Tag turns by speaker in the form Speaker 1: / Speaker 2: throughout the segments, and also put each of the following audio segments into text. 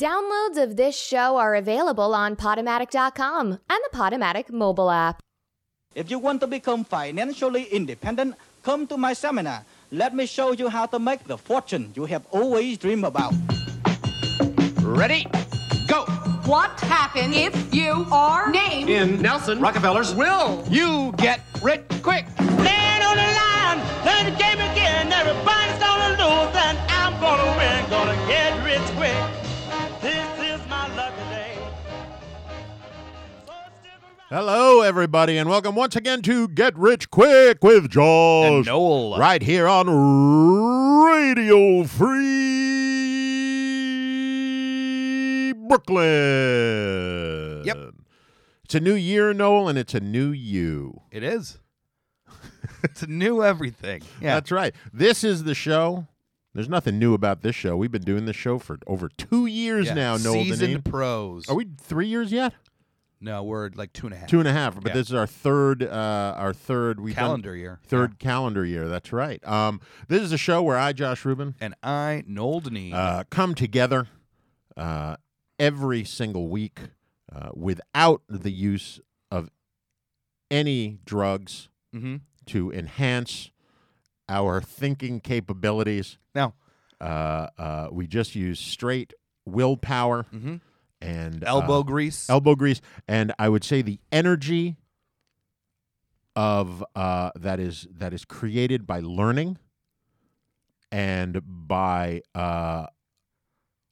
Speaker 1: Downloads of this show are available on Podomatic.com and the Podomatic mobile app.
Speaker 2: If you want to become financially independent, come to my seminar. Let me show you how to make the fortune you have always dreamed about.
Speaker 3: Ready? Go!
Speaker 4: What happens if you are named
Speaker 3: In Nelson Rockefeller's will, you get rich quick.
Speaker 5: Land on the line, play the game again. Everybody's gonna lose, and I'm gonna win. Gonna get rich quick. This is my lucky day. So stick around.
Speaker 6: Hello, everybody, and welcome once again to Get Rich Quick with Josh
Speaker 3: And Noel.
Speaker 6: Right here on Radio Free Brooklyn.
Speaker 3: Yep.
Speaker 6: It's a new year, Noel, and it's a new you.
Speaker 3: It is. it's a new everything. Yeah.
Speaker 6: That's right. This is the show. There's nothing new about this show. We've been doing this show for over two years
Speaker 3: yeah.
Speaker 6: now, Noel.
Speaker 3: Seasoned
Speaker 6: Deneen.
Speaker 3: pros.
Speaker 6: Are we three years yet?
Speaker 3: No, we're like two and a half.
Speaker 6: Two and a half. But
Speaker 3: Yeah.
Speaker 6: this is our third. Uh, our third. We've done-
Speaker 3: calendar year.
Speaker 6: Third calendar year. That's right. Um, this is a show where I, Josh Rubin,
Speaker 3: And I, Noel Deneen.
Speaker 6: uh, come together uh, every single week uh, without the use of any drugs
Speaker 3: mm-hmm.
Speaker 6: to enhance our thinking capabilities.
Speaker 3: Now,
Speaker 6: Uh, uh, we just use straight willpower
Speaker 3: Mhm.
Speaker 6: and uh,
Speaker 3: elbow grease.
Speaker 6: elbow grease, and I would say the energy of uh, that is that is created by learning and by uh,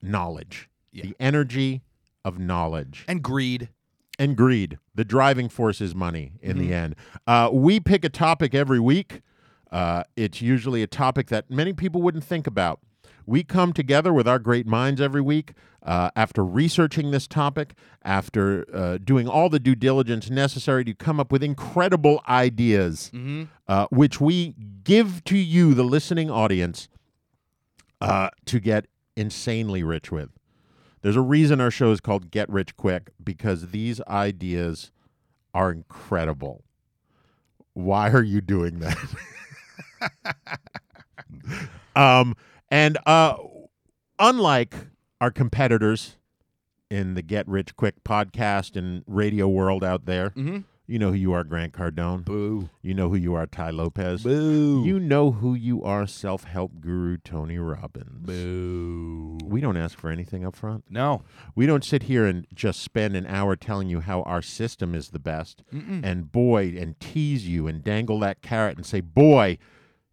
Speaker 6: knowledge.
Speaker 3: Yeah.
Speaker 6: The energy of knowledge
Speaker 3: and greed.
Speaker 6: and greed. The driving force is money in the end. Uh, we pick a topic every week. Uh, it's usually a topic that many people wouldn't think about. We come together with our great minds every week uh, after researching this topic, after uh, doing all the due diligence necessary to come up with incredible ideas, uh, which we give to you, the listening audience, uh, to get insanely rich with. There's a reason our show is called Get Rich Quick because these ideas are incredible. Why are you doing that? um, and uh, unlike our competitors in the Get Rich Quick podcast and radio world out there, you know who you are, Grant Cardone.
Speaker 3: Boo.
Speaker 6: You know who you are, Ty Lopez.
Speaker 3: Boo.
Speaker 6: You know who you are, self help guru Tony Robbins.
Speaker 3: Boo.
Speaker 6: We don't ask for anything up front.
Speaker 3: No.
Speaker 6: We don't sit here and just spend an hour telling you how our system is the best and boy, and tease you and dangle that carrot and say, boy,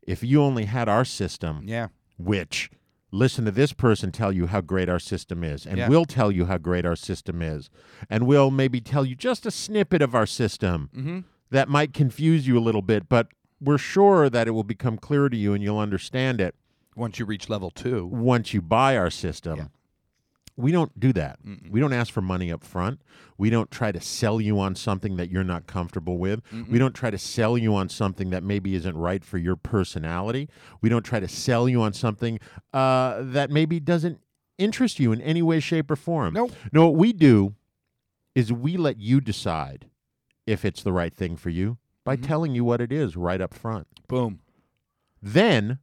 Speaker 6: if you only had our system,
Speaker 3: Yeah.
Speaker 6: which listen to this person tell you how great our system is, and
Speaker 3: Yeah.
Speaker 6: we'll tell you how great our system is, and we'll maybe tell you just a snippet of our system that might confuse you a little bit, but we're sure that it will become clear to you and you'll understand it
Speaker 3: Once you reach level two.
Speaker 6: once you buy our system. We don't do that. We don't ask for money up front. We don't try to sell you on something that you're not comfortable with. We don't try to sell you on something that maybe isn't right for your personality. We don't try to sell you on something uh, that maybe doesn't interest you in any way, shape, or form.
Speaker 3: Nope.
Speaker 6: No, what we do is we let you decide if it's the right thing for you by telling you what it is right up front
Speaker 3: Boom.
Speaker 6: then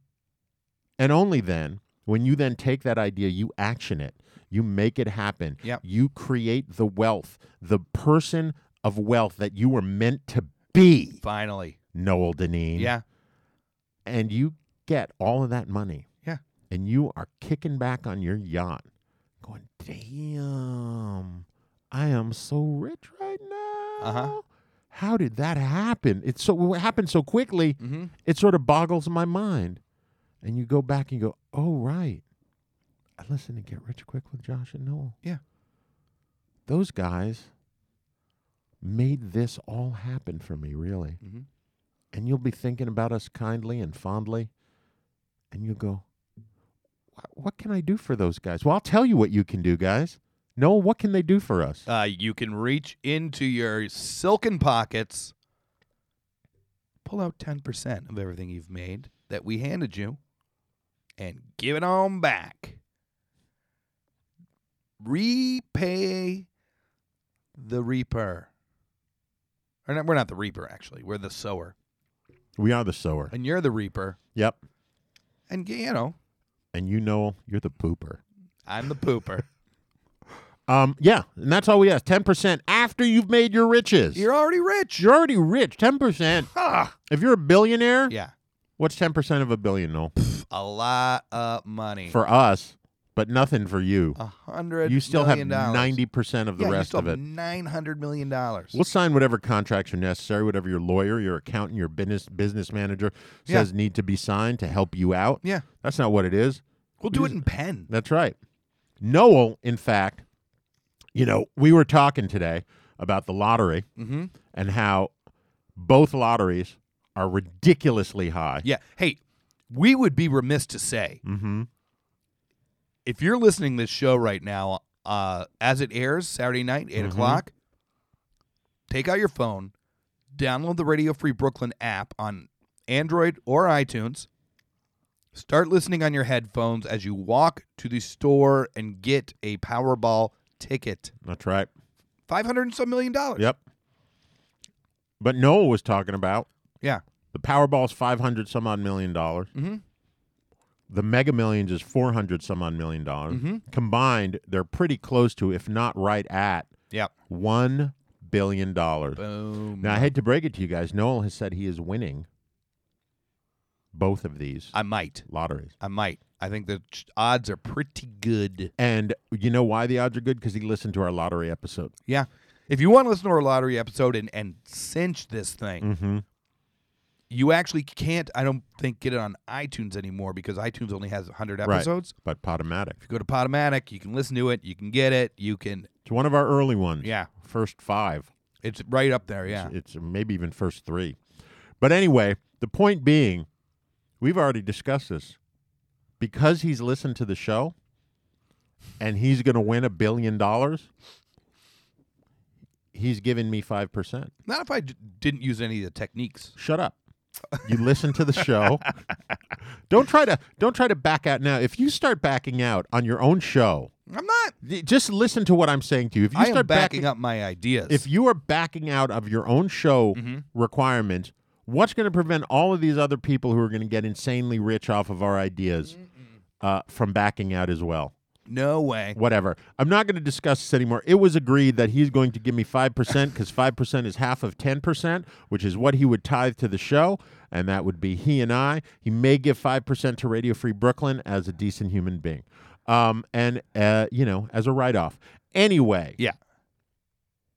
Speaker 6: and only then when you then take that idea you action it you make it happen
Speaker 3: Yep.
Speaker 6: you create the wealth the person of wealth that you were meant to be
Speaker 3: Finally.
Speaker 6: noel deneen
Speaker 3: Yeah.
Speaker 6: and you get all of that money
Speaker 3: Yeah.
Speaker 6: and you are kicking back on your yacht going damn i am so rich right now
Speaker 3: Uh-huh.
Speaker 6: how did that happen it's so it happened so quickly
Speaker 3: Mm-hmm.
Speaker 6: it sort of boggles my mind and you go back and you go oh right i listened to get rich quick with josh and noel
Speaker 3: Yeah.
Speaker 6: those guys made this all happen for me really
Speaker 3: Mhm.
Speaker 6: and you'll be thinking about us kindly and fondly and you'll go "Wha- what can i do for those guys well i'll tell you what you can do guys noel what can they do for us
Speaker 3: Uh, you can reach into your silken pockets, pull out 10% of everything you've made that we handed you, and give it on back. Repay the reaper. Or not, we're not the reaper, actually. We're the sower.
Speaker 6: we are the sower
Speaker 3: And you're the reaper.
Speaker 6: yep
Speaker 3: And, you know,
Speaker 6: and you noel you're the pooper
Speaker 3: I'm the pooper.
Speaker 6: Um, yeah, and that's all we ask. Ten percent after you've made your riches.
Speaker 3: You're already rich.
Speaker 6: You're already rich. Ten percent.
Speaker 3: Ah.
Speaker 6: If you're a billionaire,
Speaker 3: Yeah.
Speaker 6: what's ten percent of a billion? No,
Speaker 3: A lot of money.
Speaker 6: for us, but nothing for you.
Speaker 3: a hundred
Speaker 6: You still have
Speaker 3: million dollars.
Speaker 6: ninety percent of the
Speaker 3: yeah, you
Speaker 6: rest
Speaker 3: still
Speaker 6: of it.
Speaker 3: Nine hundred million dollars.
Speaker 6: We'll sign whatever contracts are necessary, whatever your lawyer, your accountant, your business business manager
Speaker 3: Yeah.
Speaker 6: says need to be signed to help you out.
Speaker 3: Yeah.
Speaker 6: That's not what it is.
Speaker 3: We'll do it in pen.
Speaker 6: That's right. Noel, in fact, you know, we were talking today about the lottery
Speaker 3: Mm-hmm.
Speaker 6: and how both lotteries are ridiculously high.
Speaker 3: Yeah. Hey, we would be remiss to say
Speaker 6: Mm-hmm.
Speaker 3: if you're listening to this show right now, uh, as it airs Saturday night, 8
Speaker 6: Mhm.
Speaker 3: o'clock, take out your phone, download the Radio Free Brooklyn app on Android or iTunes. Start listening on your headphones as you walk to the store and get a Powerball ticket.
Speaker 6: That's right.
Speaker 3: Five hundred and some million dollars.
Speaker 6: Yep. But Noel was talking about
Speaker 3: Yeah.
Speaker 6: the Powerball's five hundred some odd million dollars.
Speaker 3: Mhm.
Speaker 6: The Mega Millions is four hundred some odd million dollars.
Speaker 3: Mhm.
Speaker 6: Combined, they're pretty close to, if not right at,
Speaker 3: Yep.
Speaker 6: one billion dollars.
Speaker 3: Boom.
Speaker 6: Now I hate to break it to you guys. Noel has said he is winning both of these
Speaker 3: I might.
Speaker 6: lotteries.
Speaker 3: I might. I think the ch- odds are pretty good.
Speaker 6: And you know why the odds are good? Because he listened to our lottery episode.
Speaker 3: Yeah. If you want to listen to our lottery episode and, and cinch this thing,
Speaker 6: Mm-hmm.
Speaker 3: you actually can't, I don't think, get it on iTunes anymore because iTunes only has 100 episodes.
Speaker 6: Right. But Potomatic.
Speaker 3: If you go to Podomatic, you can listen to it, you can get it, you can,
Speaker 6: It's one of our early ones.
Speaker 3: yeah,
Speaker 6: First five.
Speaker 3: it's right up there, yeah.
Speaker 6: It's- It's, maybe even first three. But anyway, the point being, we've already discussed this. Because he's listened to the show and he's going to win a billion dollars, he's giving me 5%.
Speaker 3: Not if I d- didn't use any of the techniques.
Speaker 6: Shut up. You listen to the show. don't try to don't try to back out now. If you start backing out on your own show,
Speaker 3: I'm not.
Speaker 6: th- just listen to what I'm saying to you. If you
Speaker 3: I
Speaker 6: start
Speaker 3: am backing up my ideas.
Speaker 6: if you are backing out of your own show requirements, what's going to prevent all of these other people who are going to get insanely rich off of our ideas uh, from backing out as well?
Speaker 3: no way.
Speaker 6: Whatever. I'm not going to discuss this anymore. It was agreed that he's going to give me 5% because 5% is half of 10%, which is what he would tithe to the show. And that would be he and I. He may give 5% to Radio Free Brooklyn as a decent human being. Um, and, uh, you know, as a write off. Anyway
Speaker 3: Yeah.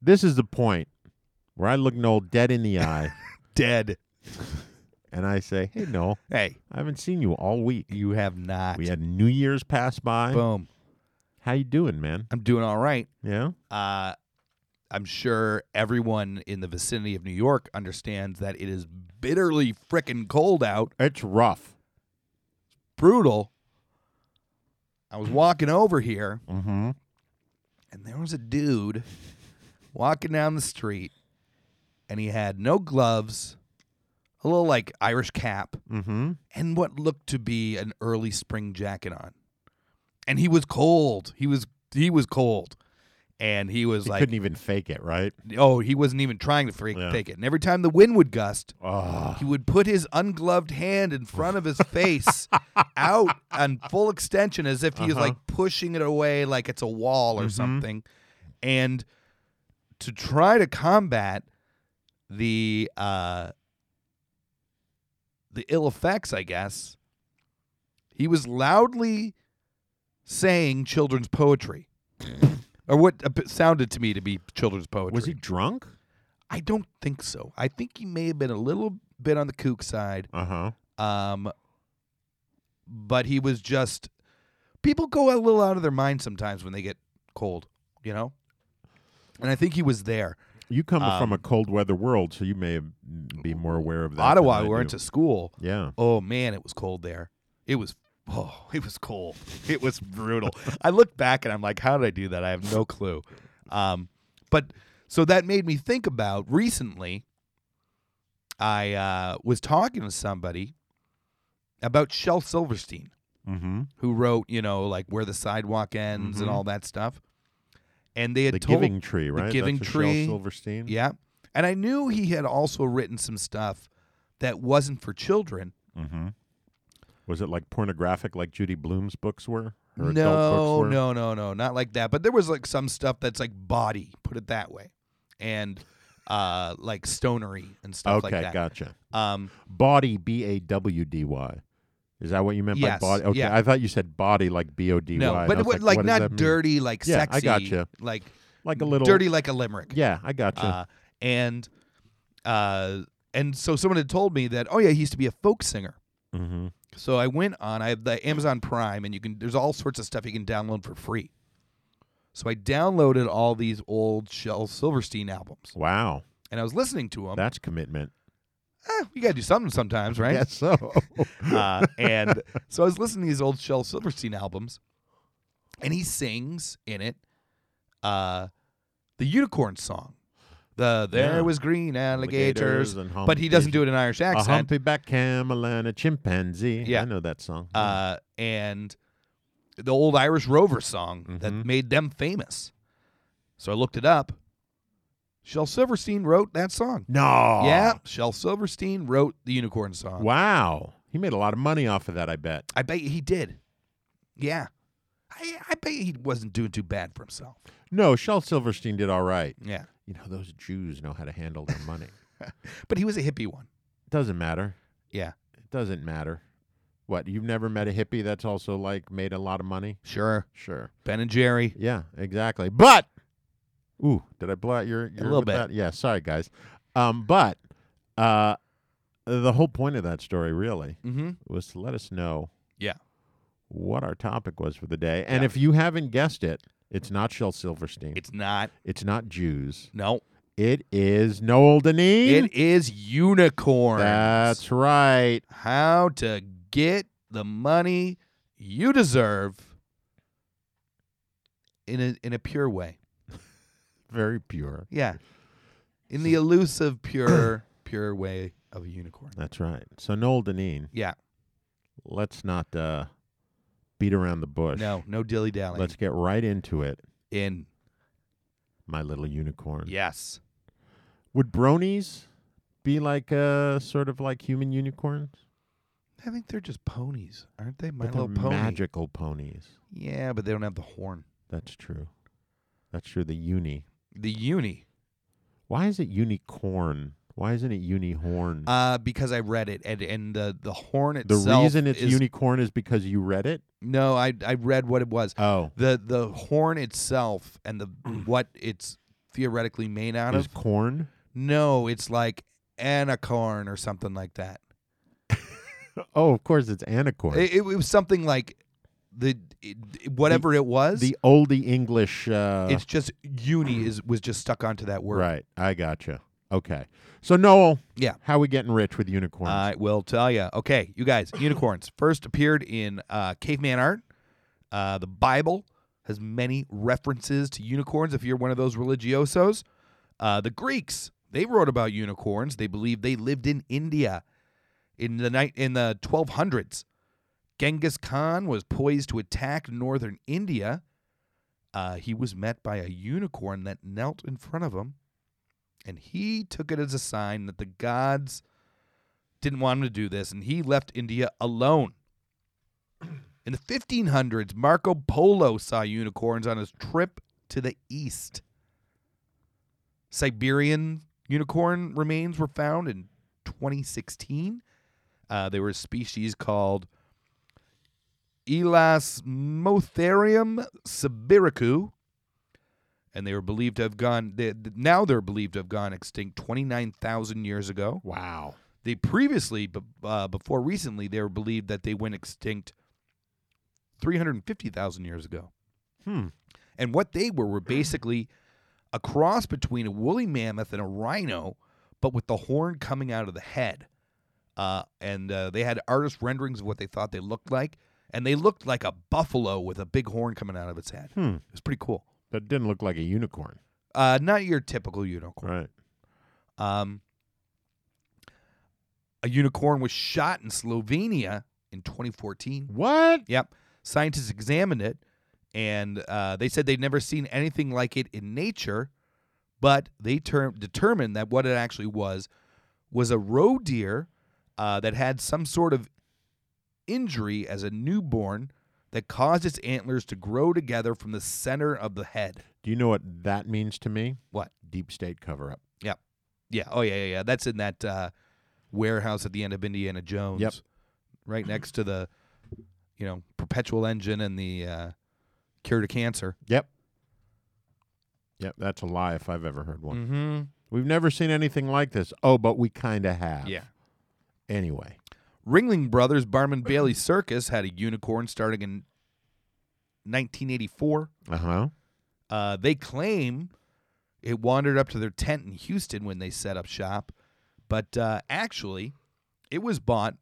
Speaker 6: this is the point where I look Noel dead in the eye
Speaker 3: Dead.
Speaker 6: and I say, "Hey, Noel,
Speaker 3: Hey,
Speaker 6: I haven't seen you all week.
Speaker 3: you have not.
Speaker 6: We had New Year's pass by.
Speaker 3: Boom.
Speaker 6: How you doing, man?
Speaker 3: I'm doing all right.
Speaker 6: Yeah,
Speaker 3: Uh, I'm sure everyone in the vicinity of New York understands that it is bitterly frickin' cold out.
Speaker 6: it's rough.
Speaker 3: brutal. I was walking over here,
Speaker 6: Mm-hmm.
Speaker 3: and there was a dude walking down the street, and he had no gloves, a little like Irish cap,
Speaker 6: Mm-hmm.
Speaker 3: and what looked to be an early spring jacket on. And he was cold. He was he was cold, and he was
Speaker 6: He
Speaker 3: like,
Speaker 6: couldn't even fake it, right?
Speaker 3: oh, he wasn't even trying to freak,
Speaker 6: Yeah.
Speaker 3: fake it. And every time the wind would gust,
Speaker 6: Oh,
Speaker 3: he would put his ungloved hand in front of his face out on full extension as if he was
Speaker 6: Uh-huh. Mm-hmm.
Speaker 3: like pushing it away like it's a wall or something and to try to combat the uh the ill effects i guess he was loudly saying children's poetry or what ap- sounded to me to be children's poetry
Speaker 6: was he drunk?
Speaker 3: I don't think so. I think he may have been a little bit on the kook side.
Speaker 6: Uh huh.
Speaker 3: Um, but he was just people go a little out of their mind sometimes when they get cold, you know? And I think he was there.
Speaker 6: You come from a
Speaker 3: Um,
Speaker 6: cold weather world, so you may be more aware of that.
Speaker 3: Ottawa,
Speaker 6: than I
Speaker 3: we went
Speaker 6: do.
Speaker 3: to school.
Speaker 6: Yeah.
Speaker 3: Oh man, it was cold there. It was oh, it was cold. It was brutal. I look back and I'm like, how did I do that? I have no clue. Um, but so that made me think about recently. I uh, was talking to somebody about Shel Silverstein,
Speaker 6: Mm-hmm.
Speaker 3: who wrote, you know, like where the sidewalk ends and
Speaker 6: Mhm.
Speaker 3: all that stuff. And they had
Speaker 6: The
Speaker 3: told,
Speaker 6: Giving Tree, right?
Speaker 3: Giving
Speaker 6: That's a Shel
Speaker 3: Tree.
Speaker 6: Silverstein.
Speaker 3: yeah, and I knew he had also written some stuff that wasn't for children.
Speaker 6: Mm-hmm. Was it like pornographic, like Judy Blume's books were? Or adult
Speaker 3: no,
Speaker 6: books were?
Speaker 3: no, no, no, not like that. But there was like some stuff that's like body, put it that way, and uh, like stonery and stuff
Speaker 6: Okay,
Speaker 3: like that.
Speaker 6: gotcha.
Speaker 3: Um,
Speaker 6: Body, B A W D Y. Is that what you meant
Speaker 3: Yes,
Speaker 6: by body? Okay,
Speaker 3: yeah.
Speaker 6: I thought you said body like B O D Y.
Speaker 3: no,
Speaker 6: and I
Speaker 3: but
Speaker 6: was
Speaker 3: what- like,
Speaker 6: what does that
Speaker 3: not
Speaker 6: mean?
Speaker 3: dirty, like
Speaker 6: Yeah,
Speaker 3: sexy,
Speaker 6: I gotcha.
Speaker 3: like
Speaker 6: Like a little
Speaker 3: dirty, like a limerick.
Speaker 6: Yeah, I gotcha.
Speaker 3: Uh, and uh, and so someone had told me that oh yeah, he used to be a folk singer.
Speaker 6: mm-hmm.
Speaker 3: So I went on. I have the Amazon Prime, and you can. There's all sorts of stuff you can download for free. So I downloaded all these old Shel Silverstein albums,
Speaker 6: Wow,
Speaker 3: and I was listening to them.
Speaker 6: that's commitment.
Speaker 3: Eh, you gotta do something sometimes, um, right?
Speaker 6: Yes, oh. so.
Speaker 3: Uh, and so I was listening to these old Shel Silverstein albums, and he sings in it uh, the unicorn song. The there
Speaker 6: Yeah.
Speaker 3: was green alligators,
Speaker 6: Alligators and
Speaker 3: but he doesn't
Speaker 6: humpies.
Speaker 3: do it in Irish
Speaker 6: a
Speaker 3: accent.
Speaker 6: humpyback camel and a chimpanzee.
Speaker 3: Uh-huh. Yeah.
Speaker 6: I know that song.
Speaker 3: uh, and the old Irish Rover song that
Speaker 6: Mhm.
Speaker 3: made them famous. So I looked it up. Shel Silverstein wrote that song.
Speaker 6: no.
Speaker 3: Yeah, Shel Silverstein wrote the Unicorn song.
Speaker 6: Wow. He made a lot of money off of that, I bet.
Speaker 3: I bet you he did. Yeah, I, I bet he wasn't doing too bad for himself.
Speaker 6: No, Shel Silverstein did all right.
Speaker 3: Yeah,
Speaker 6: You know, those Jews know how to handle their money.
Speaker 3: but he was a hippie one.
Speaker 6: doesn't matter.
Speaker 3: Yeah,
Speaker 6: It doesn't matter. What, you've never met a hippie that's also like made a lot of money?
Speaker 3: sure.
Speaker 6: Sure.
Speaker 3: Ben and Jerry.
Speaker 6: Yeah, exactly. But ooh, did I blow out your, your
Speaker 3: little
Speaker 6: with
Speaker 3: bit.
Speaker 6: That? Yeah, sorry guys. Um, but uh, the whole point of that story really
Speaker 3: Mm-hmm.
Speaker 6: was to let us know
Speaker 3: Yeah.
Speaker 6: what our topic was for the day. And if you haven't guessed it, it's not Shel Silverstein. It's,
Speaker 3: It's not.
Speaker 6: not Jews.
Speaker 3: No,
Speaker 6: It is Noel Deneen.
Speaker 3: it is unicorn.
Speaker 6: That's right.
Speaker 3: how to get the money you deserve in a in a pure way.
Speaker 6: Very pure.
Speaker 3: Yeah. In the elusive pure pure way of a unicorn.
Speaker 6: That's right. So Noel Deneen,
Speaker 3: Yeah.
Speaker 6: let's not uh, beat around the bush.
Speaker 3: No, no dilly dally.
Speaker 6: Let's get right into it,
Speaker 3: in.
Speaker 6: my little unicorn.
Speaker 3: Yes.
Speaker 6: Would bronies be like uh sort of like human unicorns?
Speaker 3: I think they're just ponies, aren't they? My
Speaker 6: but they're
Speaker 3: little pony.
Speaker 6: magical ponies.
Speaker 3: Yeah, but they don't have the horn.
Speaker 6: That's true. That's true. The uni.
Speaker 3: The uni.
Speaker 6: Why is it unicorn? Why isn't it unihorn?
Speaker 3: Uh, because I read it and and the, the horn
Speaker 6: the
Speaker 3: itself.
Speaker 6: reason it's
Speaker 3: is,
Speaker 6: unicorn is because you read it.
Speaker 3: No, I I read what it was.
Speaker 6: Oh,
Speaker 3: the the horn itself and the what it's theoretically made out
Speaker 6: is
Speaker 3: of.
Speaker 6: corn?
Speaker 3: No, it's like anacorn or something like that.
Speaker 6: Oh, of course, it's anacorn.
Speaker 3: It, it, was something like the it, it- whatever it was.
Speaker 6: the oldie English. Uh,
Speaker 3: it's just uni is was just stuck onto that word.
Speaker 6: right. I gotcha. Okay. So Noel,
Speaker 3: Yeah.
Speaker 6: how we getting rich with unicorns?
Speaker 3: I will tell you. Okay, you guys, unicorns first appeared in uh, caveman art. Uh, the Bible has many references to unicorns. If you're one of those religiosos, uh, the Greeks they wrote about unicorns. They believed they lived in India in the night in the 1200s. Genghis Khan was poised to attack northern India. Uh, he was met by a unicorn that knelt in front of him, and he took it as a sign that the gods didn't want him to do this, and he left India alone. In the 1500s, Marco Polo saw unicorns on his trip to the east. Siberian unicorn remains were found in 2016. Uh, they were a species called Elasmotherium sibiricu, and they were believed to have gone. They, now they're believed to have gone extinct 29,000 years ago.
Speaker 6: wow.
Speaker 3: They previously, b- uh, before recently, they were believed that they went extinct 350,000 years ago.
Speaker 6: Hmm.
Speaker 3: And what they were were basically a cross between a woolly mammoth and a rhino, but with the horn coming out of the head. Uh, and uh, they had artist renderings of what they thought they looked like. And they looked like a buffalo with a big horn coming out of its head.
Speaker 6: Hmm.
Speaker 3: It was pretty cool.
Speaker 6: That didn't look like a unicorn.
Speaker 3: Uh, not your typical unicorn.
Speaker 6: Right.
Speaker 3: Um, a unicorn was shot in Slovenia in 2014.
Speaker 6: What?
Speaker 3: Yep. Scientists examined it and uh, they said they'd never seen anything like it in nature, but they term- determined that what it actually was was a roe deer uh, that had some sort of injury as a newborn that caused its antlers to grow together from the center of the head.
Speaker 6: Do you know what that means to me?
Speaker 3: What?
Speaker 6: Deep state cover up.
Speaker 3: Yep. Yeah. Oh yeah, yeah, yeah. That's in that uh, warehouse at the end of Indiana Jones.
Speaker 6: Yep.
Speaker 3: Right next to the, you know, perpetual engine and the uh, cure to cancer.
Speaker 6: Yep. Yep, that's a lie if I've ever heard one. Mm-hmm. We've never seen anything like this. Oh, but we kind of have. Anyway,
Speaker 3: Ringling Brothers Barnum and Bailey Circus had a unicorn starting in 1984.
Speaker 6: uh huh.
Speaker 3: Uh, they claim it wandered up to their tent in Houston when they set up shop, but uh, actually, it was bought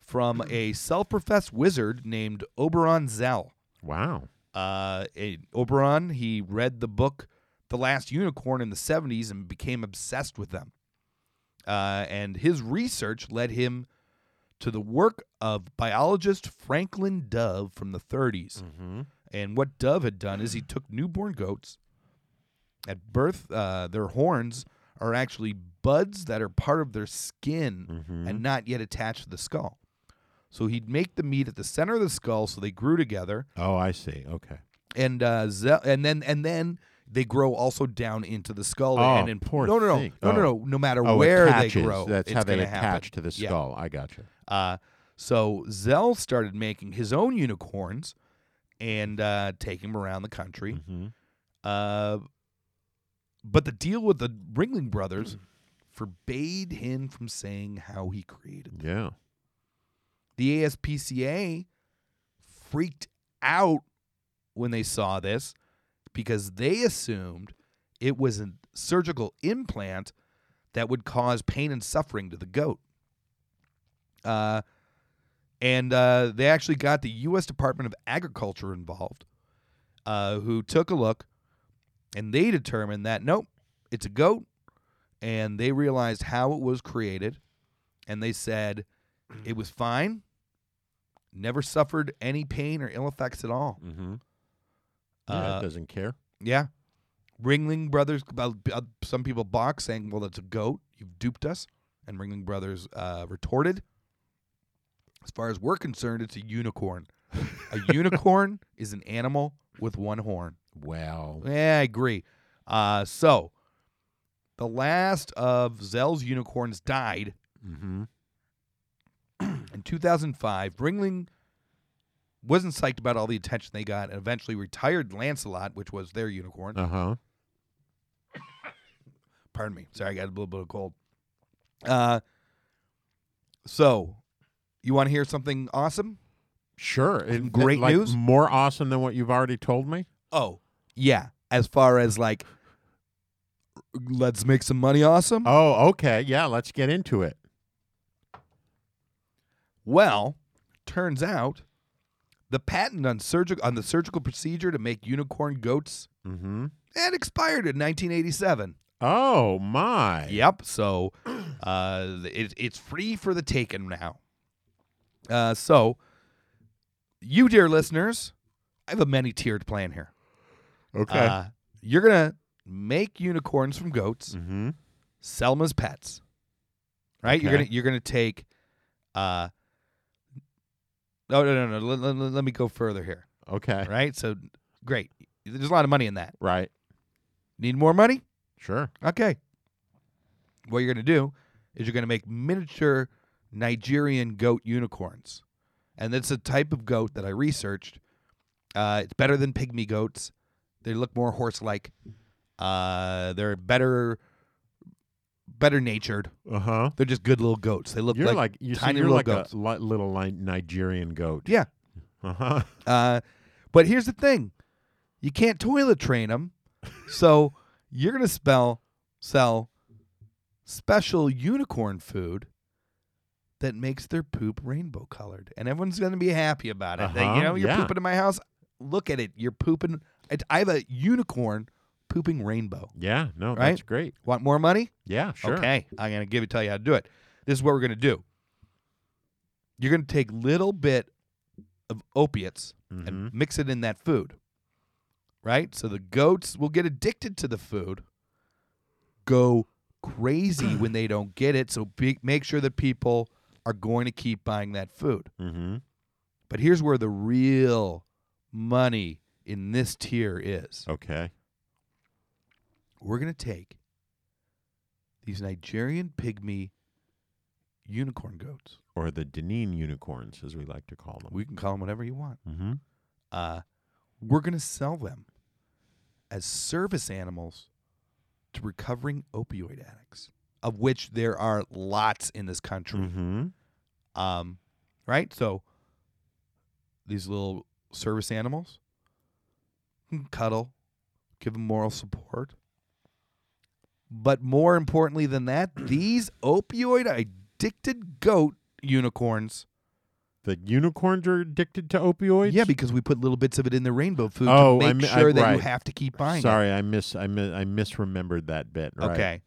Speaker 3: from a self-professed wizard named Oberon Zell.
Speaker 6: Wow.
Speaker 3: Uh, eh, Oberon he read the book "The Last Unicorn" in the '70s and became obsessed with them. Uh, and his research led him to the work of biologist Franklin Dove from the 30s. And what Dove had done is he took newborn goats. At birth, uh, their horns are actually buds that are part of their skin and not yet attached to the skull. So he'd make the meat at the center of the skull so they grew together
Speaker 6: Oh, I see. Okay.
Speaker 3: and uh, ze- and then and then they grow also down into the skull.
Speaker 6: Oh,
Speaker 3: and in,
Speaker 6: poor
Speaker 3: no, no, no,
Speaker 6: thing.
Speaker 3: no, no,
Speaker 6: Oh.
Speaker 3: no, no matter
Speaker 6: Oh,
Speaker 3: where
Speaker 6: attaches.
Speaker 3: they grow,
Speaker 6: That's
Speaker 3: it's
Speaker 6: how they
Speaker 3: gonna
Speaker 6: attach
Speaker 3: happen.
Speaker 6: to the
Speaker 3: Yeah.
Speaker 6: skull. I got you.
Speaker 3: Uh, so Zell started making his own unicorns and uh, taking them around the
Speaker 6: Hmm.
Speaker 3: country.
Speaker 6: Mm-hmm.
Speaker 3: Uh, but the deal with the Ringling Brothers
Speaker 6: Hmm.
Speaker 3: forbade him from saying how he created them.
Speaker 6: Yeah.
Speaker 3: The ASPCA freaked out when they saw this because they assumed it was a surgical implant that would cause pain and suffering to the goat. Uh, and uh, they actually got the U.S. Department of Agriculture involved, uh, who took a look and they determined that nope, it's a goat. And they realized how it was created and they said it was fine, never suffered any pain or ill effects at all.
Speaker 6: Mm-hmm. yeah,
Speaker 3: Uh,
Speaker 6: it doesn't care.
Speaker 3: yeah. Ringling Brothers, about- uh, some people balked saying, well, that's a goat. You've duped us. And Ringling Brothers uh, retorted, as far as we're concerned, it's a unicorn. a unicorn is an animal with one horn.
Speaker 6: Well,
Speaker 3: Yeah, I agree. Uh, so, the last of Zell's unicorns died
Speaker 6: mm-hmm.
Speaker 3: in 2005. Ringling wasn't psyched about all the attention they got and eventually retired Lancelot, which was their unicorn.
Speaker 6: uh huh.
Speaker 3: pardon me. Sorry, I got a little bit of cold. Uh, so you want to hear something awesome?
Speaker 6: Sure. It- it-
Speaker 3: Great
Speaker 6: like,
Speaker 3: news?
Speaker 6: More awesome than what you've already told me.
Speaker 3: Oh, yeah. As far as like, let's make some money awesome.
Speaker 6: Oh, okay. Yeah, let's get into it.
Speaker 3: Well, turns out the patent on surgical on the surgical procedure to make unicorn goats
Speaker 6: Mm-hmm.
Speaker 3: it expired in 1987.
Speaker 6: Oh my.
Speaker 3: Yep. So uh, it, it's free for the taken now. Uh, so, you, dear listeners, I have a many tiered plan here.
Speaker 6: Okay.
Speaker 3: Uh, you're going to make unicorns from goats,
Speaker 6: mm-hmm.
Speaker 3: sell them as pets. Right? You're
Speaker 6: Okay.
Speaker 3: going to you're going to take uh No, no, no, no. Let, let, let me go further here.
Speaker 6: Okay.
Speaker 3: All right? So great. There's a lot of money in that.
Speaker 6: Right.
Speaker 3: Need more money?
Speaker 6: Sure.
Speaker 3: Okay. What you're going to do is you're going to make miniature Nigerian goat unicorns. And that's a type of goat that I researched. Uh, it's better than pygmy goats. They look more horse like. Uh, they're better better natured.
Speaker 6: Uh huh.
Speaker 3: They're just good little goats. They look
Speaker 6: You're like, you see,
Speaker 3: tiny
Speaker 6: you're
Speaker 3: little
Speaker 6: like
Speaker 3: goats.
Speaker 6: a li- little li- Nigerian goat.
Speaker 3: yeah.
Speaker 6: Uh huh.
Speaker 3: Uh, but here's the thing you can't toilet train them. So you're going to spell sell special unicorn food that makes their poop rainbow colored. And everyone's going to be happy about it. They-
Speaker 6: Uh-huh,
Speaker 3: you know, you're
Speaker 6: yeah.
Speaker 3: pooping in my house. Look at it. You're pooping. It, I have a unicorn pooping rainbow.
Speaker 6: Yeah. No,
Speaker 3: Right?
Speaker 6: that's great.
Speaker 3: Want more money?
Speaker 6: Yeah. Sure.
Speaker 3: Okay, I'm gonna give it tell you how to do it. This is what we're gonna do. You're gonna take little bit of opiates and mix it in that food. Right? So the goats will get addicted to the food, go crazy when they don't get it. So be, make sure that people are going to keep buying that food.
Speaker 6: Mm-hmm.
Speaker 3: But here's where the real money in this tier is.
Speaker 6: Okay.
Speaker 3: We're going to take these Nigerian pygmy unicorn goats.
Speaker 6: Or the Deneen unicorns, as we like to call them.
Speaker 3: We can call them whatever you want.
Speaker 6: mm-hmm.
Speaker 3: Uh, we're going to sell them as service animals to recovering opioid addicts, of which there are lots in this country.
Speaker 6: Mm-hmm.
Speaker 3: Um, right? So these little service animals you can cuddle, give them moral support. But more importantly than that, these opioid addicted goat unicorns.
Speaker 6: The unicorns are addicted to opioids?
Speaker 3: Yeah, because we put little bits of it in the rainbow food
Speaker 6: Oh,
Speaker 3: to
Speaker 6: I
Speaker 3: make
Speaker 6: mi- I-
Speaker 3: sure that you
Speaker 6: right.
Speaker 3: have to keep buying it.
Speaker 6: Sorry, I miss I mi- I misremembered that bit. Right.
Speaker 3: Okay.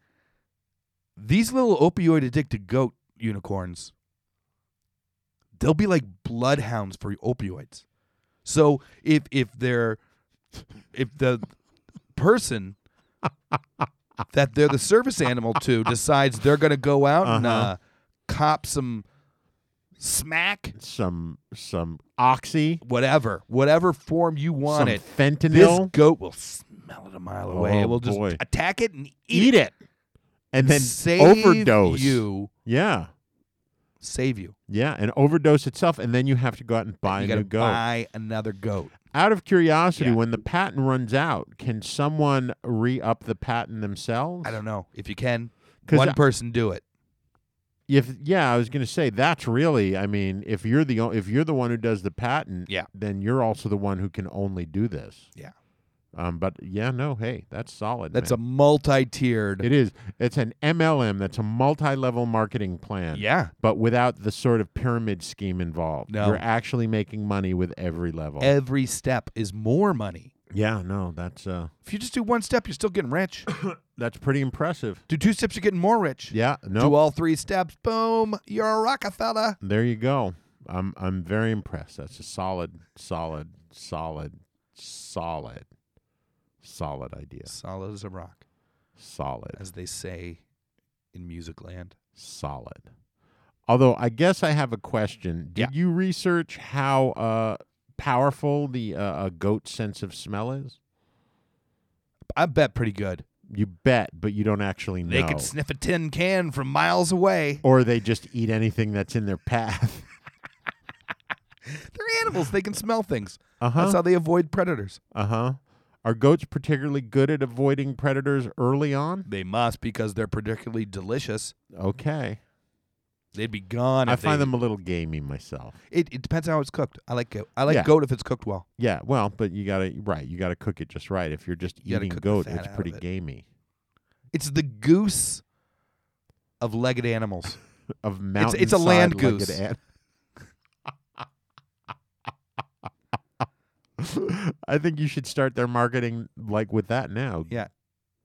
Speaker 3: These little opioid addicted goat unicorns, they'll be like bloodhounds for opioids. So if if they're if the person that they're the service animal to decides they're gonna go out and
Speaker 6: Uh-huh.
Speaker 3: uh, cop some smack,
Speaker 6: Some some oxy,
Speaker 3: whatever, whatever form you want
Speaker 6: some
Speaker 3: it, this
Speaker 6: fentanyl.
Speaker 3: goat will smell it a mile away.
Speaker 6: Oh,
Speaker 3: it will just
Speaker 6: boy.
Speaker 3: attack it and eat,
Speaker 6: eat it, and then
Speaker 3: save
Speaker 6: overdose.
Speaker 3: You
Speaker 6: Yeah,
Speaker 3: save you.
Speaker 6: yeah, and overdose itself, and then you have to go out and buy
Speaker 3: you
Speaker 6: a
Speaker 3: got
Speaker 6: new
Speaker 3: to
Speaker 6: goat.
Speaker 3: buy another goat.
Speaker 6: out of curiosity,
Speaker 3: Yeah.
Speaker 6: when the patent runs out, can someone re-up the patent themselves?
Speaker 3: I don't know if you can.
Speaker 6: 'Cause
Speaker 3: One
Speaker 6: I-
Speaker 3: person do it.
Speaker 6: If yeah, I was going to say that's really. I mean, if you're the o- if you're the one who does the patent,
Speaker 3: Yeah.
Speaker 6: then you're also the one who can only do this.
Speaker 3: Yeah.
Speaker 6: Um, but yeah, no, hey, that's solid.
Speaker 3: That's
Speaker 6: man.
Speaker 3: a multi-tiered.
Speaker 6: It is. It's an MLM. That's a multi-level marketing plan.
Speaker 3: Yeah.
Speaker 6: But without the sort of pyramid scheme involved.
Speaker 3: No.
Speaker 6: You're actually making money with every level.
Speaker 3: Every step is more money.
Speaker 6: yeah, no, that's uh
Speaker 3: If you just do one step, you're still getting rich.
Speaker 6: that's pretty impressive.
Speaker 3: do two steps, you're getting more rich.
Speaker 6: Yeah, no.
Speaker 3: Do all three steps, boom, you're a Rockefeller.
Speaker 6: there you go. I'm I'm very impressed. That's a solid, solid, solid, solid, solid idea.
Speaker 3: Solid as a rock,
Speaker 6: Solid.
Speaker 3: as they say in music land.
Speaker 6: Solid. Although I guess I have a question. Did you research how uh powerful the uh, a goat's sense of smell is?
Speaker 3: I bet pretty good.
Speaker 6: You bet, but you don't actually know.
Speaker 3: They could sniff a tin can from miles away.
Speaker 6: or they just eat anything that's in their path.
Speaker 3: They're animals. They can smell things.
Speaker 6: Uh
Speaker 3: That's
Speaker 6: huh.
Speaker 3: how they avoid predators.
Speaker 6: Uh huh. Are goats particularly good at avoiding predators early on?
Speaker 3: They must because they're particularly delicious.
Speaker 6: Okay.
Speaker 3: They'd be gone.
Speaker 6: I
Speaker 3: if
Speaker 6: find
Speaker 3: they-
Speaker 6: them a little gamey myself.
Speaker 3: It, it depends how it's cooked. I like goat. I like
Speaker 6: Yeah.
Speaker 3: goat if it's cooked well.
Speaker 6: Yeah, well, but you gotta right, you gotta cook it just right. If you're just
Speaker 3: You gotta
Speaker 6: eating
Speaker 3: cook the
Speaker 6: goat,
Speaker 3: fat
Speaker 6: it's
Speaker 3: out of
Speaker 6: pretty
Speaker 3: it.
Speaker 6: gamey.
Speaker 3: It's the goose of legged animals.
Speaker 6: Of
Speaker 3: It's-
Speaker 6: mountain,
Speaker 3: it's a land goose.
Speaker 6: I think you should start their marketing like with that now.
Speaker 3: Yeah,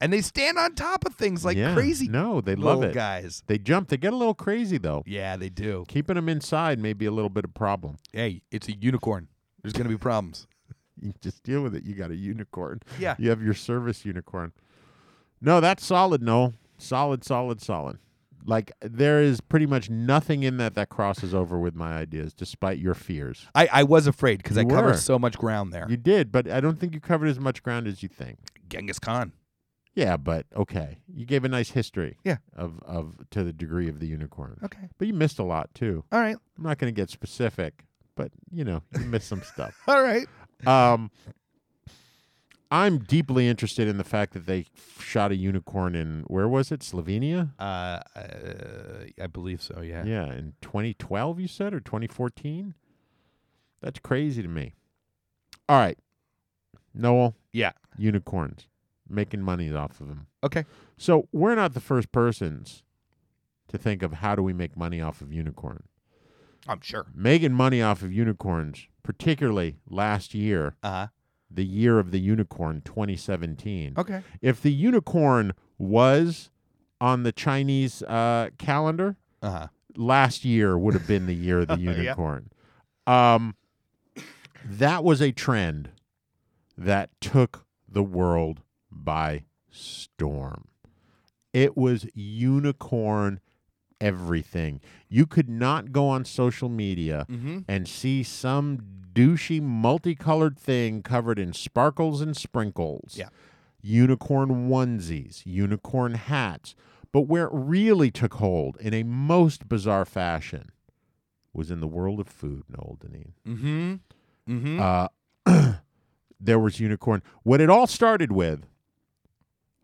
Speaker 3: and they stand on top of things like
Speaker 6: Yeah,
Speaker 3: crazy.
Speaker 6: No, they
Speaker 3: little
Speaker 6: love it.
Speaker 3: guys.
Speaker 6: They jump. They get a little crazy though.
Speaker 3: Yeah, they do.
Speaker 6: Keeping them inside may be a little bit of problem.
Speaker 3: Hey, it's a unicorn. There's gonna be problems.
Speaker 6: you just deal with it. You got a unicorn.
Speaker 3: Yeah.
Speaker 6: You have your service unicorn. No, that's solid, Noel. Solid, solid, solid. Like there is pretty much nothing in that that crosses over with my ideas, despite your fears.
Speaker 3: I, I was afraid because I
Speaker 6: You were.
Speaker 3: covered so much ground there.
Speaker 6: You did, but I don't think you covered as much ground as you think.
Speaker 3: Genghis Khan.
Speaker 6: Yeah, but okay. You gave a nice history.
Speaker 3: Yeah.
Speaker 6: Of of to the degree of the unicorn.
Speaker 3: Okay.
Speaker 6: But you missed a lot too.
Speaker 3: All right.
Speaker 6: I'm not going to get specific, but you know, you missed some stuff.
Speaker 3: All right.
Speaker 6: Um, I'm deeply interested in the fact that they shot a unicorn in where was it? Slovenia.
Speaker 3: Uh, uh, I believe so. Yeah.
Speaker 6: Yeah, in 2012, you said, or 2014. That's crazy to me. All right, Noel,
Speaker 3: Yeah.
Speaker 6: unicorns, making money off of them.
Speaker 3: Okay.
Speaker 6: So we're not the first persons to think of how do we make money off of unicorn.
Speaker 3: I'm sure.
Speaker 6: Making money off of unicorns, particularly last year,
Speaker 3: Uh huh.
Speaker 6: the year of the unicorn, 2017.
Speaker 3: Okay.
Speaker 6: if the unicorn was on the Chinese uh, calendar,
Speaker 3: Uh huh.
Speaker 6: last year would have been the year of the
Speaker 3: Yeah.
Speaker 6: unicorn. Um, that was a trend that took the world by storm. It was unicorn everything. You could not go on social media
Speaker 3: Mm-hmm.
Speaker 6: and see some douchey multicolored thing covered in sparkles and sprinkles.
Speaker 3: Yeah.
Speaker 6: Unicorn onesies, unicorn hats. But where it really took hold in a most bizarre fashion was in the world of food, Noel Deneen.
Speaker 3: Mm-hmm. Mm-hmm.
Speaker 6: There was unicorn. What it all started with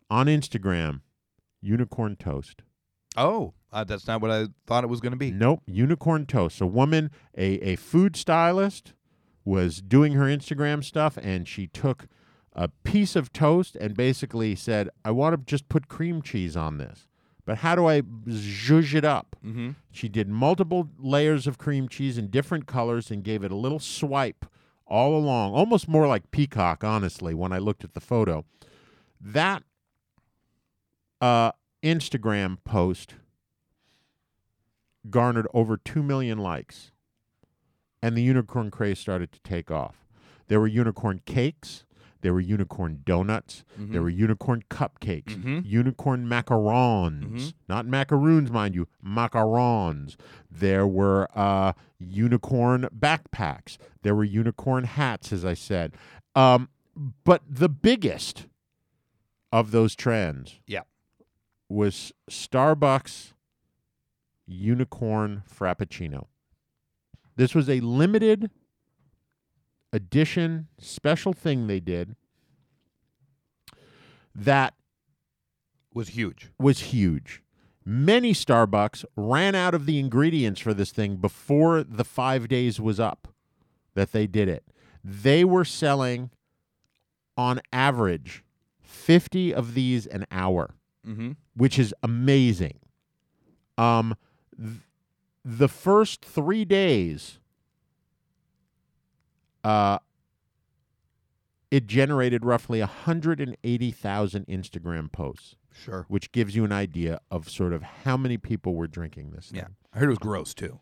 Speaker 6: on Instagram, unicorn toast.
Speaker 3: oh, uh, that's not what I thought it was going to be.
Speaker 6: Nope, unicorn toast. A woman, a, a food stylist, was doing her Instagram stuff and she took a piece of toast and basically said, I want to just put cream cheese on this. But how do I zhuzh it up? Mm-hmm. She did multiple layers of cream cheese in different colors and gave it a little swipe all along, almost more like peacock, honestly, when I looked at the photo. That uh, Instagram post garnered over 2 million likes. And the unicorn craze started to take off. There were unicorn cakes. There were unicorn donuts. There were unicorn cupcakes. Unicorn macarons. Not macaroons, mind you, macarons. There were uh, unicorn backpacks. There were unicorn hats, as I said. Um, but the biggest of those trends
Speaker 3: Yeah.
Speaker 6: was Starbucks Unicorn Frappuccino. This was a limited edition special thing they did that
Speaker 3: Was huge.
Speaker 6: was huge. Many Starbucks ran out of the ingredients for this thing before the five days was up that they did it. They were selling, on average, 50 of these an hour,
Speaker 3: Mm-hmm.
Speaker 6: which is amazing. Um, th- the first three days, uh, it generated roughly 180,000 Instagram posts
Speaker 3: Sure.
Speaker 6: which gives you an idea of sort of how many people were drinking this.
Speaker 3: Yeah.
Speaker 6: thing.
Speaker 3: I heard it was gross too.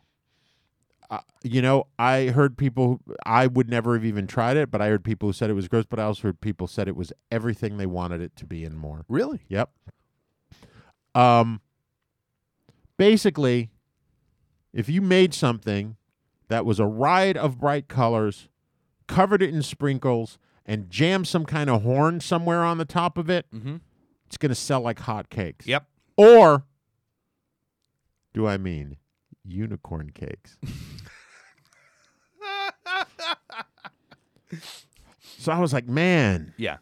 Speaker 6: Uh, you know, I heard people, who- I would never have even tried it, but I heard people who said it was gross, but I also heard people said it was everything they wanted it to be and more.
Speaker 3: Really?
Speaker 6: Yep. Um, basically, if you made something that was a riot of bright colors, covered it in sprinkles, and jammed some kind of horn somewhere on the top of it, it's going to sell like hotcakes.
Speaker 3: Yep.
Speaker 6: Or do I mean unicorn cakes? so I was like, man,
Speaker 3: Yeah.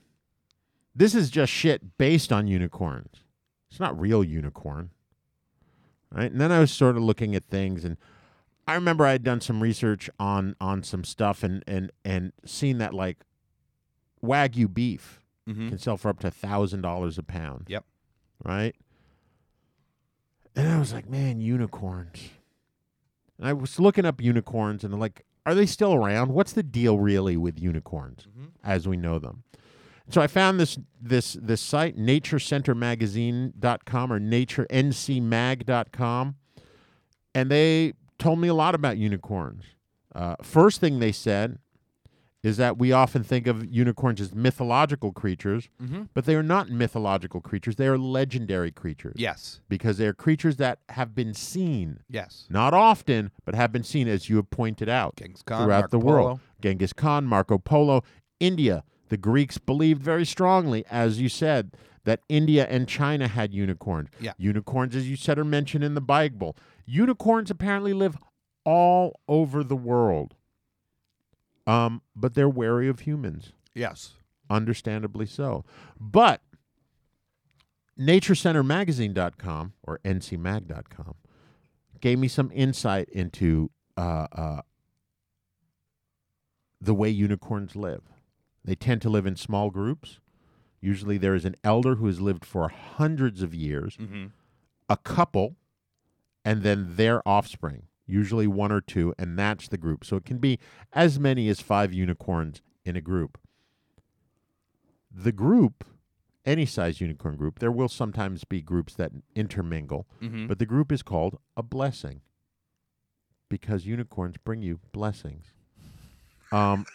Speaker 6: this is just shit based on unicorns. It's not real unicorn. Right? And then I was sort of looking at things and I remember I had done some research on on some stuff and and and seen that like wagyu beef can sell for up to $1000 a pound
Speaker 3: Yep.
Speaker 6: right? And I was like, man, unicorns. And I was looking up unicorns and I'm like, are they still around? What's the deal really with unicorns as we know them? So I found this this this site, naturecentermagazine.com or naturencmag.com, and they told me a lot about unicorns. Uh, first thing they said is that we often think of unicorns as mythological creatures, but they are not mythological creatures. They are legendary creatures.
Speaker 3: Yes.
Speaker 6: Because they are creatures that have been seen,
Speaker 3: Yes.
Speaker 6: not often, but have been seen, as you have pointed out,
Speaker 3: Genghis Khan,
Speaker 6: throughout
Speaker 3: Marco
Speaker 6: the world.
Speaker 3: Polo.
Speaker 6: Genghis Khan, Marco Polo, India. The Greeks believed very strongly, as you said, that India and China had unicorns.
Speaker 3: Yeah.
Speaker 6: Unicorns, as you said, are mentioned in the Bible. Unicorns apparently live all over the world, um, but they're wary of humans
Speaker 3: Yes.
Speaker 6: understandably so. But naturecentermagazine.com or ncmag.com gave me some insight into uh, uh, the way unicorns live. They tend to live in small groups. Usually there is an elder who has lived for hundreds of years, a couple, and then their offspring, usually one or two, and that's the group. So it can be as many as five unicorns in a group the group, any size unicorn group, there will sometimes be groups that intermingle, but the group is called a blessing because unicorns bring you blessings. Um,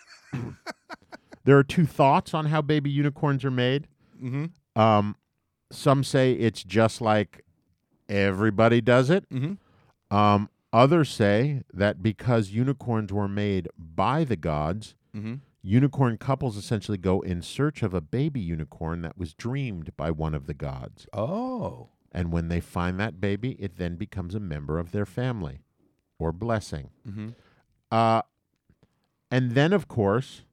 Speaker 6: there are two thoughts on how baby unicorns are made. Um, some say it's just like everybody does it.
Speaker 3: Mhm.
Speaker 6: Um, others say that because unicorns were made by the gods,
Speaker 3: Mhm.
Speaker 6: unicorn couples essentially go in search of a baby unicorn that was dreamed by one of the gods.
Speaker 3: Oh.
Speaker 6: And when they find that baby, it then becomes a member of their family or blessing.
Speaker 3: Mhm.
Speaker 6: Uh, and then, of course,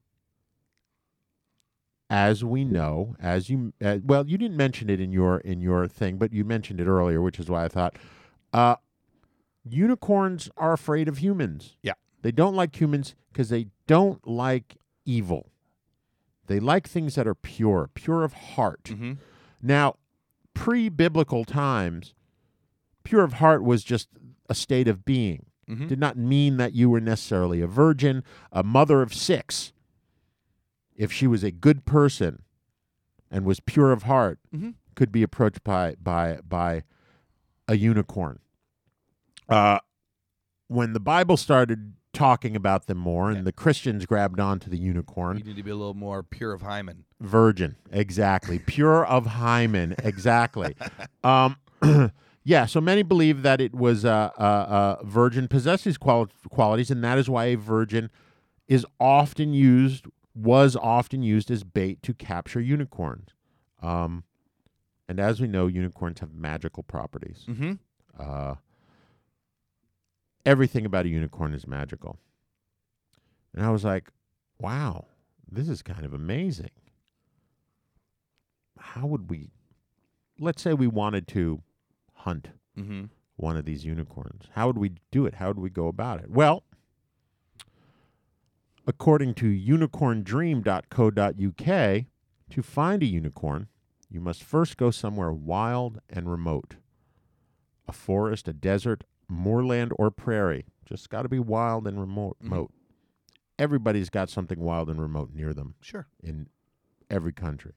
Speaker 6: as we know, as you uh, well, you didn't mention it in your in your thing, but you mentioned it earlier, which is why I thought uh, unicorns are afraid of humans.
Speaker 3: Yeah.
Speaker 6: they don't like humans because they don't like evil. They like things that are pure, pure of heart.
Speaker 3: Mhm.
Speaker 6: Now, pre-biblical times, pure of heart was just a state of being.
Speaker 3: Mhm.
Speaker 6: Did not mean that you were necessarily a virgin, a mother of six. If she was a good person and was pure of heart,
Speaker 3: Mhm.
Speaker 6: could be approached by by by a unicorn. Uh, when the Bible started talking about them more, and the Christians grabbed onto the unicorn,
Speaker 3: You need to be a little more pure of hymen.
Speaker 6: Virgin, exactly. Pure of hymen, exactly. um, yeah, so many believe that it was uh, uh, uh, virgin possessed these quali- qualities, and that is why a virgin is often used, was often used as bait to capture unicorns. Um, and as we know, unicorns have magical properties.
Speaker 3: Mm-hmm.
Speaker 6: Uh, everything about a unicorn is magical. And I was like, wow, this is kind of amazing. How would we, let's say we wanted to hunt
Speaker 3: Mm-hmm.
Speaker 6: one of these unicorns. How would we do it? How would we go about it? Well, according to unicorndream.co.uk, to find a unicorn, you must first go somewhere wild and remote a forest, a desert, moorland, or prairie. Just got to be wild and remote. remote. Everybody's got something wild and remote near them
Speaker 3: Sure.
Speaker 6: in every country.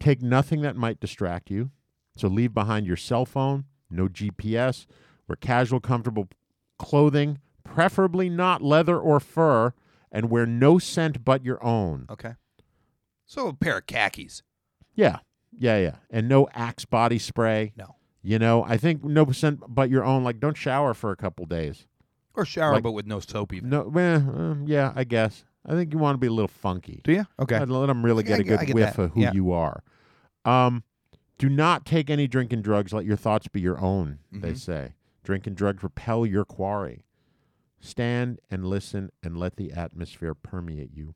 Speaker 6: Take nothing that might distract you. So leave behind your cell phone, no GPS, wear casual, comfortable clothing, preferably not leather or fur, and wear no scent but your own.
Speaker 3: Okay. So a pair of khakis.
Speaker 6: Yeah, yeah, yeah. And no axe body spray.
Speaker 3: No.
Speaker 6: You know, I think no scent but your own. Like, don't shower for a couple days.
Speaker 3: Or shower,
Speaker 6: Like-
Speaker 3: but with no soap even.
Speaker 6: No, eh, um, yeah, I guess. I think you want to be a little funky.
Speaker 3: Do you? Okay.
Speaker 6: Let, let them really
Speaker 3: Yeah,
Speaker 6: get
Speaker 3: I
Speaker 6: a
Speaker 3: get-
Speaker 6: good
Speaker 3: I get
Speaker 6: whiff
Speaker 3: that.
Speaker 6: of who
Speaker 3: Yeah.
Speaker 6: you are. Um, do not take any drink and drugs. Let your thoughts be your own, they
Speaker 3: Mhm.
Speaker 6: say. Drink and drugs repel your quarry. Stand and listen and let the atmosphere permeate you.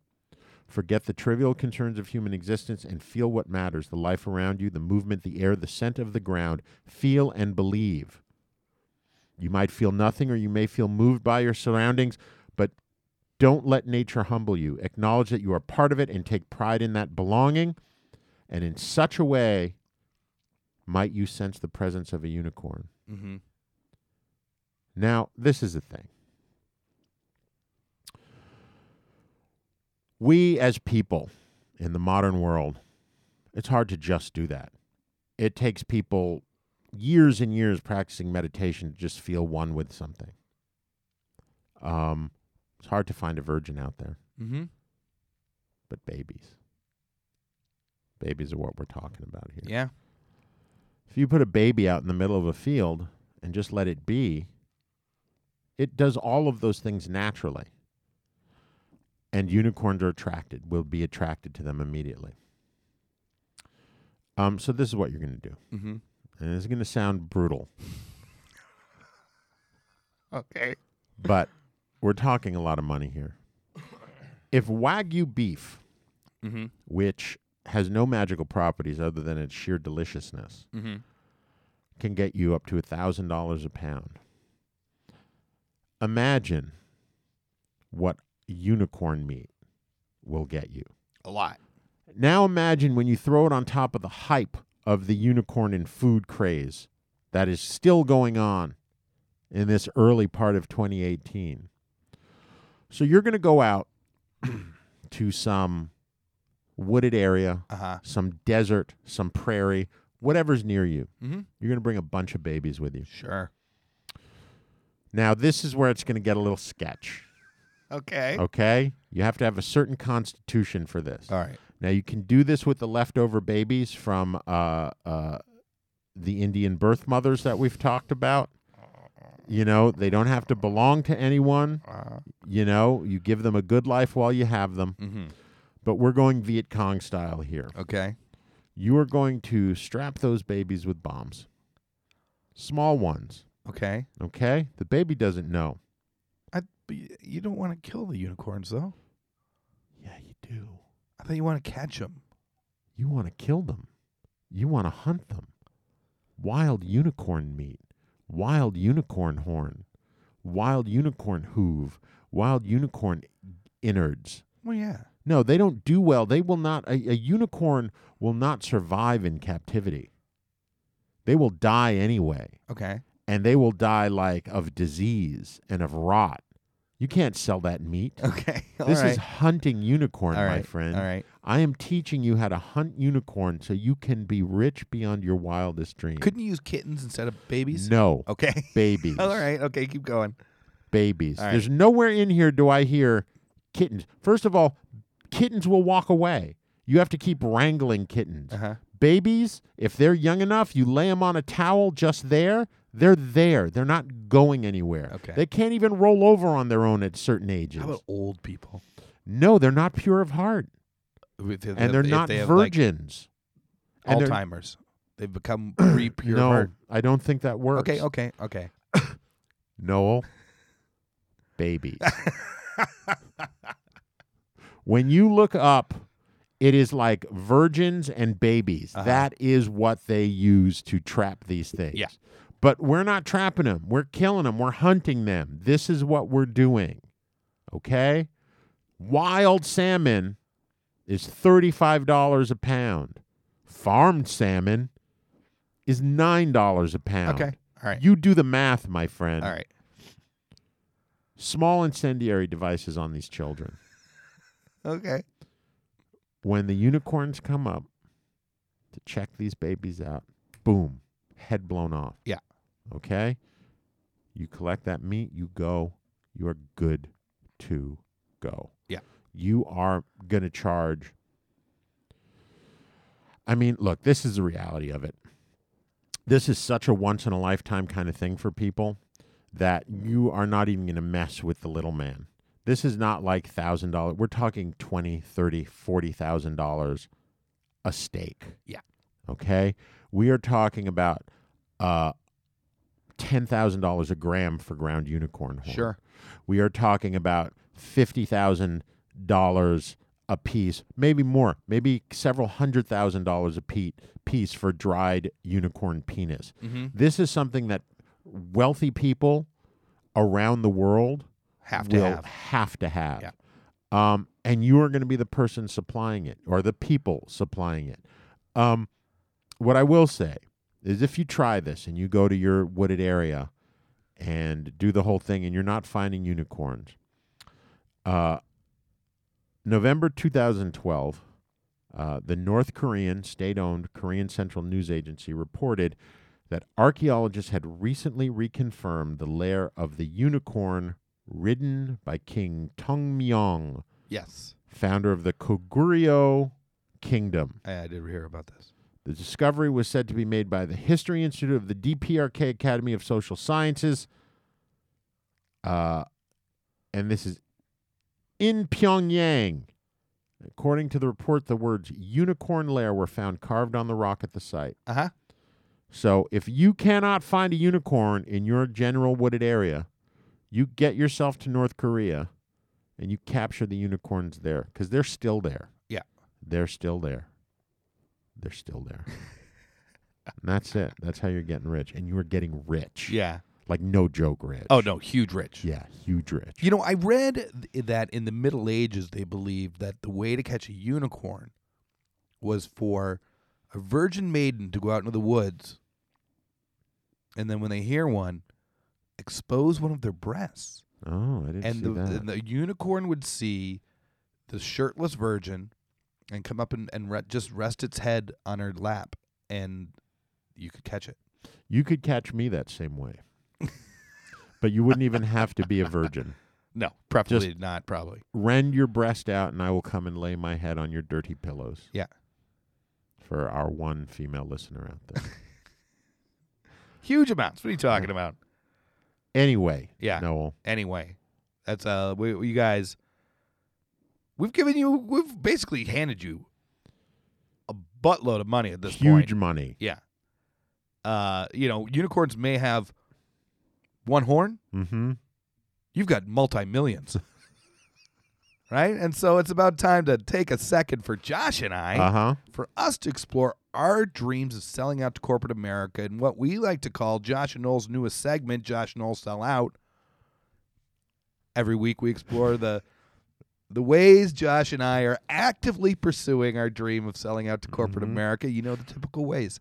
Speaker 6: Forget the trivial concerns of human existence and feel what matters the life around you, the movement, the air, the scent of the ground. Feel and believe. You might feel nothing or you may feel moved by your surroundings, but don't let nature humble you. Acknowledge that you are part of it and take pride in that belonging. And in such a way, might you sense the presence of a unicorn.
Speaker 3: Mm-hmm.
Speaker 6: Now, this is the thing. We as people in the modern world, it's hard to just do that. It takes people years and years practicing meditation to just feel one with something. Um, it's hard to find a virgin out there,
Speaker 3: Mm-hmm.
Speaker 6: but babies. Babies are what we're talking about here.
Speaker 3: Yeah.
Speaker 6: If you put a baby out in the middle of a field and just let it be, it does all of those things naturally. And unicorns are attracted, will be attracted to them immediately. Um, so this is what you're going to do.
Speaker 3: Mm-hmm.
Speaker 6: And it's going to sound brutal,
Speaker 3: Okay.
Speaker 6: but we're talking a lot of money here. If Wagyu beef,
Speaker 3: Mm-hmm.
Speaker 6: which has no magical properties other than its sheer deliciousness,
Speaker 3: Mm-hmm.
Speaker 6: can get you up to $1,000 a pound. Imagine what unicorn meat will get you.
Speaker 3: A lot.
Speaker 6: Now imagine when you throw it on top of the hype of the unicorn and food craze that is still going on in this early part of 2018. So you're going to go out to some wooded area,
Speaker 3: Uh-huh.
Speaker 6: some desert, some prairie, whatever's near you.
Speaker 3: Mm-hmm.
Speaker 6: You're going to bring a bunch of babies with you.
Speaker 3: Sure.
Speaker 6: Now, this is where it's going to get a little sketch,
Speaker 3: Okay.
Speaker 6: okay? You have to have a certain constitution for this.
Speaker 3: All right.
Speaker 6: Now, you can do this with the leftover babies from uh, uh, the Indian birth mothers that we've talked about. You know, they don't have to belong to anyone. You know, you give them a good life while you have them.
Speaker 3: Mm-hmm.
Speaker 6: But we're going Viet Cong style here.
Speaker 3: Okay.
Speaker 6: You are going to strap those babies with bombs, small ones.
Speaker 3: Okay.
Speaker 6: Okay, the baby doesn't know.
Speaker 3: I, but y- you don't want to kill the unicorns, though.
Speaker 6: Yeah, you do.
Speaker 3: I thought you want to catch them.
Speaker 6: You want to kill them. You want to hunt them. Wild unicorn meat, wild unicorn horn, wild unicorn hoof, wild unicorn innards.
Speaker 3: Well, yeah.
Speaker 6: No, they don't do well. They will not, a, a unicorn will not survive in captivity. They will die anyway,
Speaker 3: Okay.
Speaker 6: and they will die like of disease and of rot. You can't sell that meat.
Speaker 3: Okay. All
Speaker 6: this
Speaker 3: right.
Speaker 6: is hunting unicorn,
Speaker 3: All
Speaker 6: my
Speaker 3: right,
Speaker 6: friend.
Speaker 3: all right.
Speaker 6: I am teaching you how to hunt unicorn so you can be rich beyond your wildest dreams.
Speaker 3: Couldn't you use kittens instead of babies?
Speaker 6: no
Speaker 3: Okay.
Speaker 6: babies.
Speaker 3: All right. Okay. Keep going.
Speaker 6: babies.
Speaker 3: All right.
Speaker 6: There's nowhere in here do I hear kittens. First of all, kittens will walk away. You have to keep wrangling kittens.
Speaker 3: Uh-huh.
Speaker 6: Babies, if they're young enough, you lay them on a towel just there. They're there. They're not going anywhere.
Speaker 3: Okay.
Speaker 6: They can't even roll over on their own at certain ages.
Speaker 3: How about old people?
Speaker 6: no, they're not pure of heart,
Speaker 3: If they-
Speaker 6: and they're
Speaker 3: if
Speaker 6: not
Speaker 3: they have, like,
Speaker 6: virgins. and they're-
Speaker 3: Alzheimer's. They've become pre pure
Speaker 6: no,
Speaker 3: heart.
Speaker 6: I don't think that works.
Speaker 3: Okay. Okay. Okay.
Speaker 6: Noel, babies. when you look up, it is like virgins and babies.
Speaker 3: Uh-huh.
Speaker 6: That is what they use to trap these things.
Speaker 3: Yeah.
Speaker 6: But we're not trapping them. We're killing them. We're hunting them. This is what we're doing. Okay? Wild salmon is $35 a pound. Farmed salmon is $9 a pound.
Speaker 3: Okay. All right.
Speaker 6: You do the math, my friend.
Speaker 3: All right.
Speaker 6: Small incendiary devices on these children.
Speaker 3: Okay.
Speaker 6: When the unicorns come up to check these babies out, boom, head blown off.
Speaker 3: Yeah.
Speaker 6: Okay? You collect that meat, you go. You are good to go.
Speaker 3: Yeah.
Speaker 6: You are going to charge. I mean, look, this is the reality of it. This is such a once in a lifetime kind of thing for people. that you are not even going to mess with the little man. This is not like thousand dollars. We're talking twenty, thirty, forty thousand dollars a steak.
Speaker 3: Yeah.
Speaker 6: Okay. We are talking about uh, ten thousand dollars a gram for ground unicorn horn.
Speaker 3: Sure.
Speaker 6: We are talking about fifty thousand dollars a piece, maybe more, maybe several hundred thousand dollars a pe- piece for dried unicorn penis. This is something that wealthy people around the world
Speaker 3: Have to
Speaker 6: will
Speaker 3: have.
Speaker 6: to have. Um, and you are going to be the person supplying it or the people supplying it. Um, what I will say is if you try this and you go to your wooded area and do the whole thing and you're not finding unicorns, uh, November 2012, uh, the North Korean state owned Korean Central News Agency reported that archaeologists had recently reconfirmed the lair of the unicorn ridden by King Tongmyong,
Speaker 3: Yes.
Speaker 6: founder of the Koguryo Kingdom.
Speaker 3: I, I did hear about this.
Speaker 6: The discovery was said to be made by the History Institute of the DPRK Academy of Social Sciences. Uh, and this is in Pyongyang. According to the report, the words unicorn lair were found carved on the rock at the site.
Speaker 3: Uh huh.
Speaker 6: So if you cannot find a unicorn in your general wooded area, you get yourself to North Korea and you capture the unicorns there because they're still there.
Speaker 3: Yeah.
Speaker 6: They're still there. They're still there. and that's it. That's how you're getting rich. And you are getting rich.
Speaker 3: Yeah.
Speaker 6: Like no joke rich.
Speaker 3: Oh no, huge rich.
Speaker 6: Yeah, huge rich.
Speaker 3: You know, I read th- that in the Middle Ages they believed that the way to catch a unicorn was for a virgin maiden to go out into the woods and then when they hear one, expose one of their breasts.
Speaker 6: oh, I didn't
Speaker 3: And
Speaker 6: see
Speaker 3: the,
Speaker 6: that.
Speaker 3: and the unicorn would see the shirtless virgin and come up and, and re- just rest its head on her lap and you could catch it.
Speaker 6: you could catch me that same way. but you wouldn't even have to be a virgin.
Speaker 3: No, preferably not, probably.
Speaker 6: Rend your breast out, and I will come and lay my head on your dirty pillows.
Speaker 3: Yeah.
Speaker 6: for our one female listener out there.
Speaker 3: Huge amounts. What are you talking about?
Speaker 6: Anyway,
Speaker 3: Yeah.
Speaker 6: Noel.
Speaker 3: Anyway, that's uh, we, you guys. We've given you. We've basically handed you a buttload of money at this
Speaker 6: Huge
Speaker 3: point.
Speaker 6: money.
Speaker 3: Yeah. Uh, you know, unicorns may have one horn.
Speaker 6: Mm-hmm.
Speaker 3: You've got multi millions. right? And so it's about time to take a second for Josh and I
Speaker 6: Uh huh.
Speaker 3: for us to explore our dreams of selling out to corporate America and what we like to call Josh and Noel's newest segment, Josh and Noel Sell Out. Every week we explore the the ways Josh and I are actively pursuing our dream of selling out to corporate America. You know the typical ways.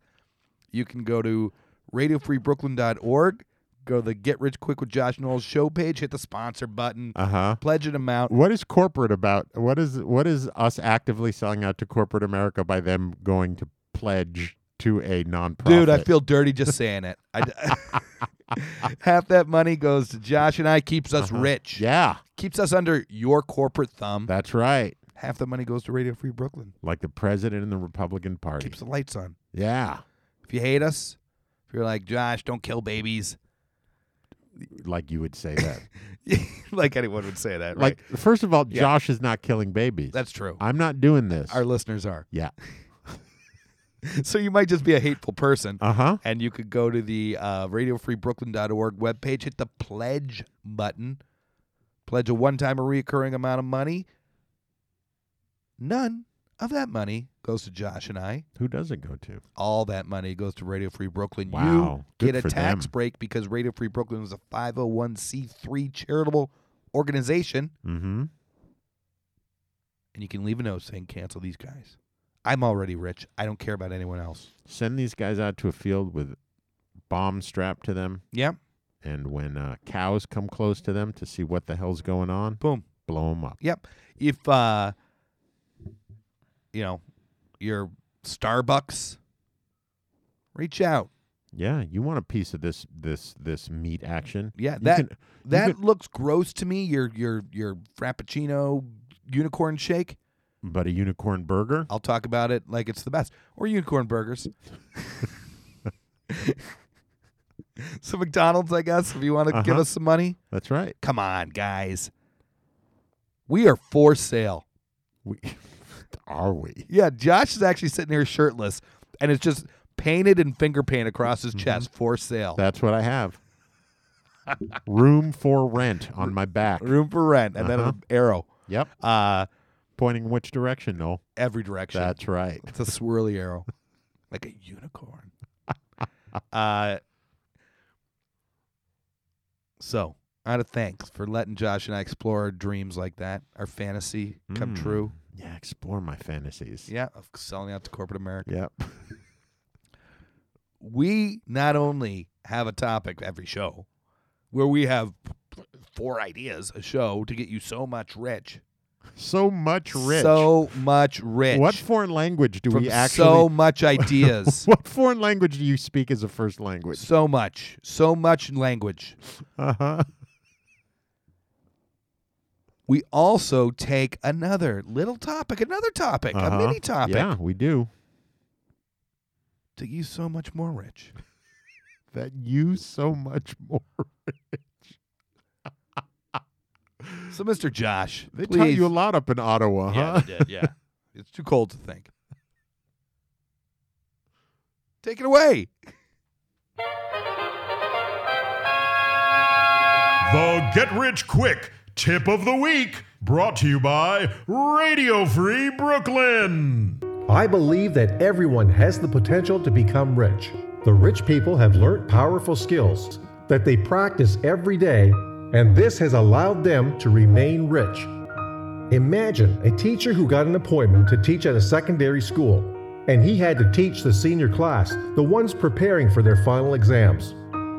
Speaker 3: You can go to radiofreebrooklyn.org, go to the Get Rich Quick with Josh Knowles show page, hit the sponsor button,
Speaker 6: Uh huh.
Speaker 3: pledge an amount.
Speaker 6: What is corporate about? What is what is us actively selling out to corporate America by them going to pledge to a nonprofit?
Speaker 3: Dude, I feel dirty just saying it. I d half that money goes to Josh and I, keeps us rich,
Speaker 6: Uh-huh. Yeah,
Speaker 3: keeps us under your corporate thumb.
Speaker 6: that's right.
Speaker 3: half the money goes to Radio Free Brooklyn,
Speaker 6: Like the president and the Republican Party.
Speaker 3: keeps the lights on.
Speaker 6: yeah,
Speaker 3: If you hate us, if you're like, Josh, don't kill babies,
Speaker 6: like you would say that.
Speaker 3: like anyone would say that, right?
Speaker 6: like first of all,
Speaker 3: Yeah.
Speaker 6: Josh is not killing babies.
Speaker 3: That's true.
Speaker 6: I'm not doing this.
Speaker 3: Our listeners are.
Speaker 6: yeah.
Speaker 3: So you might just be a hateful person.
Speaker 6: Uh huh.
Speaker 3: and you could go to the uh, radiofreebrooklyn.org webpage, hit the pledge button, pledge a one time or recurring amount of money. None of that money goes to Josh and I.
Speaker 6: Who does it go to?
Speaker 3: All that money goes to Radio Free Brooklyn.
Speaker 6: Wow,
Speaker 3: You
Speaker 6: good
Speaker 3: get a
Speaker 6: for
Speaker 3: tax
Speaker 6: them.
Speaker 3: break because Radio Free Brooklyn is a 501c3 charitable organization,
Speaker 6: Mm-hmm.
Speaker 3: and you can leave a note saying, cancel these guys. I'm already rich. I don't care about anyone else.
Speaker 6: Send these guys out to a field with bombs strapped to them,
Speaker 3: Yeah.
Speaker 6: and when uh, cows come close to them to see what the hell's going on,
Speaker 3: Boom.
Speaker 6: blow them up.
Speaker 3: Yep. If uh you know, your Starbucks reach out.
Speaker 6: Yeah, you want a piece of this this this meat action?
Speaker 3: Yeah,
Speaker 6: You
Speaker 3: that
Speaker 6: can- you
Speaker 3: that
Speaker 6: can-
Speaker 3: looks gross to me. Your your your frappuccino unicorn shake.
Speaker 6: but a unicorn burger.
Speaker 3: I'll talk about it like it's the best. Or unicorn burgers. so McDonald's, I guess, if you want to give
Speaker 6: Uh-huh.
Speaker 3: us some money.
Speaker 6: That's right.
Speaker 3: Come on, guys. We are for sale.
Speaker 6: We are we?
Speaker 3: Yeah, Josh is actually sitting here shirtless, and it's just painted in finger paint across
Speaker 6: Mm-hmm.
Speaker 3: his chest for sale.
Speaker 6: That's what I have. Room for rent on my back.
Speaker 3: Room for rent, and then
Speaker 6: Uh-huh.
Speaker 3: an arrow
Speaker 6: Yep.
Speaker 3: uh,
Speaker 6: Pointing which direction? No.
Speaker 3: every direction.
Speaker 6: That's right.
Speaker 3: It's a swirly arrow, like a unicorn. uh, so, out of thanks for letting Josh and I explore our dreams like that, our fantasy come
Speaker 6: Mm.
Speaker 3: true.
Speaker 6: Yeah. Explore my fantasies.
Speaker 3: Yeah, of selling out to corporate America.
Speaker 6: Yep.
Speaker 3: we not only have a topic every show where we have four ideas a show to get you so much rich,
Speaker 6: So much rich.
Speaker 3: so much rich.
Speaker 6: what foreign language do
Speaker 3: From
Speaker 6: we actually?
Speaker 3: so much ideas,
Speaker 6: what foreign language do you speak as a first language?
Speaker 3: so much, so much language.
Speaker 6: Uh huh.
Speaker 3: We also take another little topic, another topic, a mini topic
Speaker 6: Uh-huh. Yeah, we do.
Speaker 3: to get you so much more rich.
Speaker 6: That you so much more.
Speaker 3: So, Mr. Josh,
Speaker 6: They
Speaker 3: please.
Speaker 6: taught you a lot up in Ottawa,
Speaker 3: Yeah,
Speaker 6: huh?
Speaker 3: they did. Yeah, it's too cold to think. Take it away.
Speaker 7: The Get Rich Quick Tip of the Week, brought to you by Radio Free Brooklyn.
Speaker 8: I believe that everyone has the potential to become rich. The rich people have learned powerful skills that they practice every day, and this has allowed them to remain rich. Imagine a teacher who got an appointment to teach at a secondary school, and he had to teach the senior class, the ones preparing for their final exams.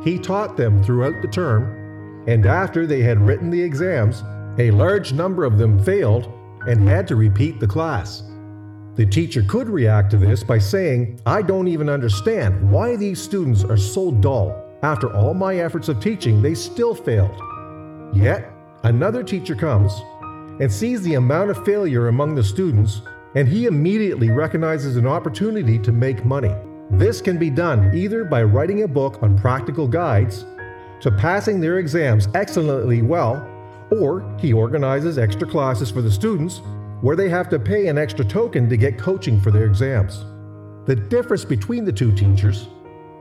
Speaker 8: He taught them throughout the term, and after they had written the exams, a large number of them failed and had to repeat the class. The teacher could react to this by saying, I don't even understand why these students are so dull. After all my efforts of teaching, they still failed. Yet, another teacher comes and sees the amount of failure among the students, and he immediately recognizes an opportunity to make money. This can be done either by writing a book on practical guides to passing their exams excellently well, or he organizes extra classes for the students where they have to pay an extra token to get coaching for their exams. The difference between the two teachers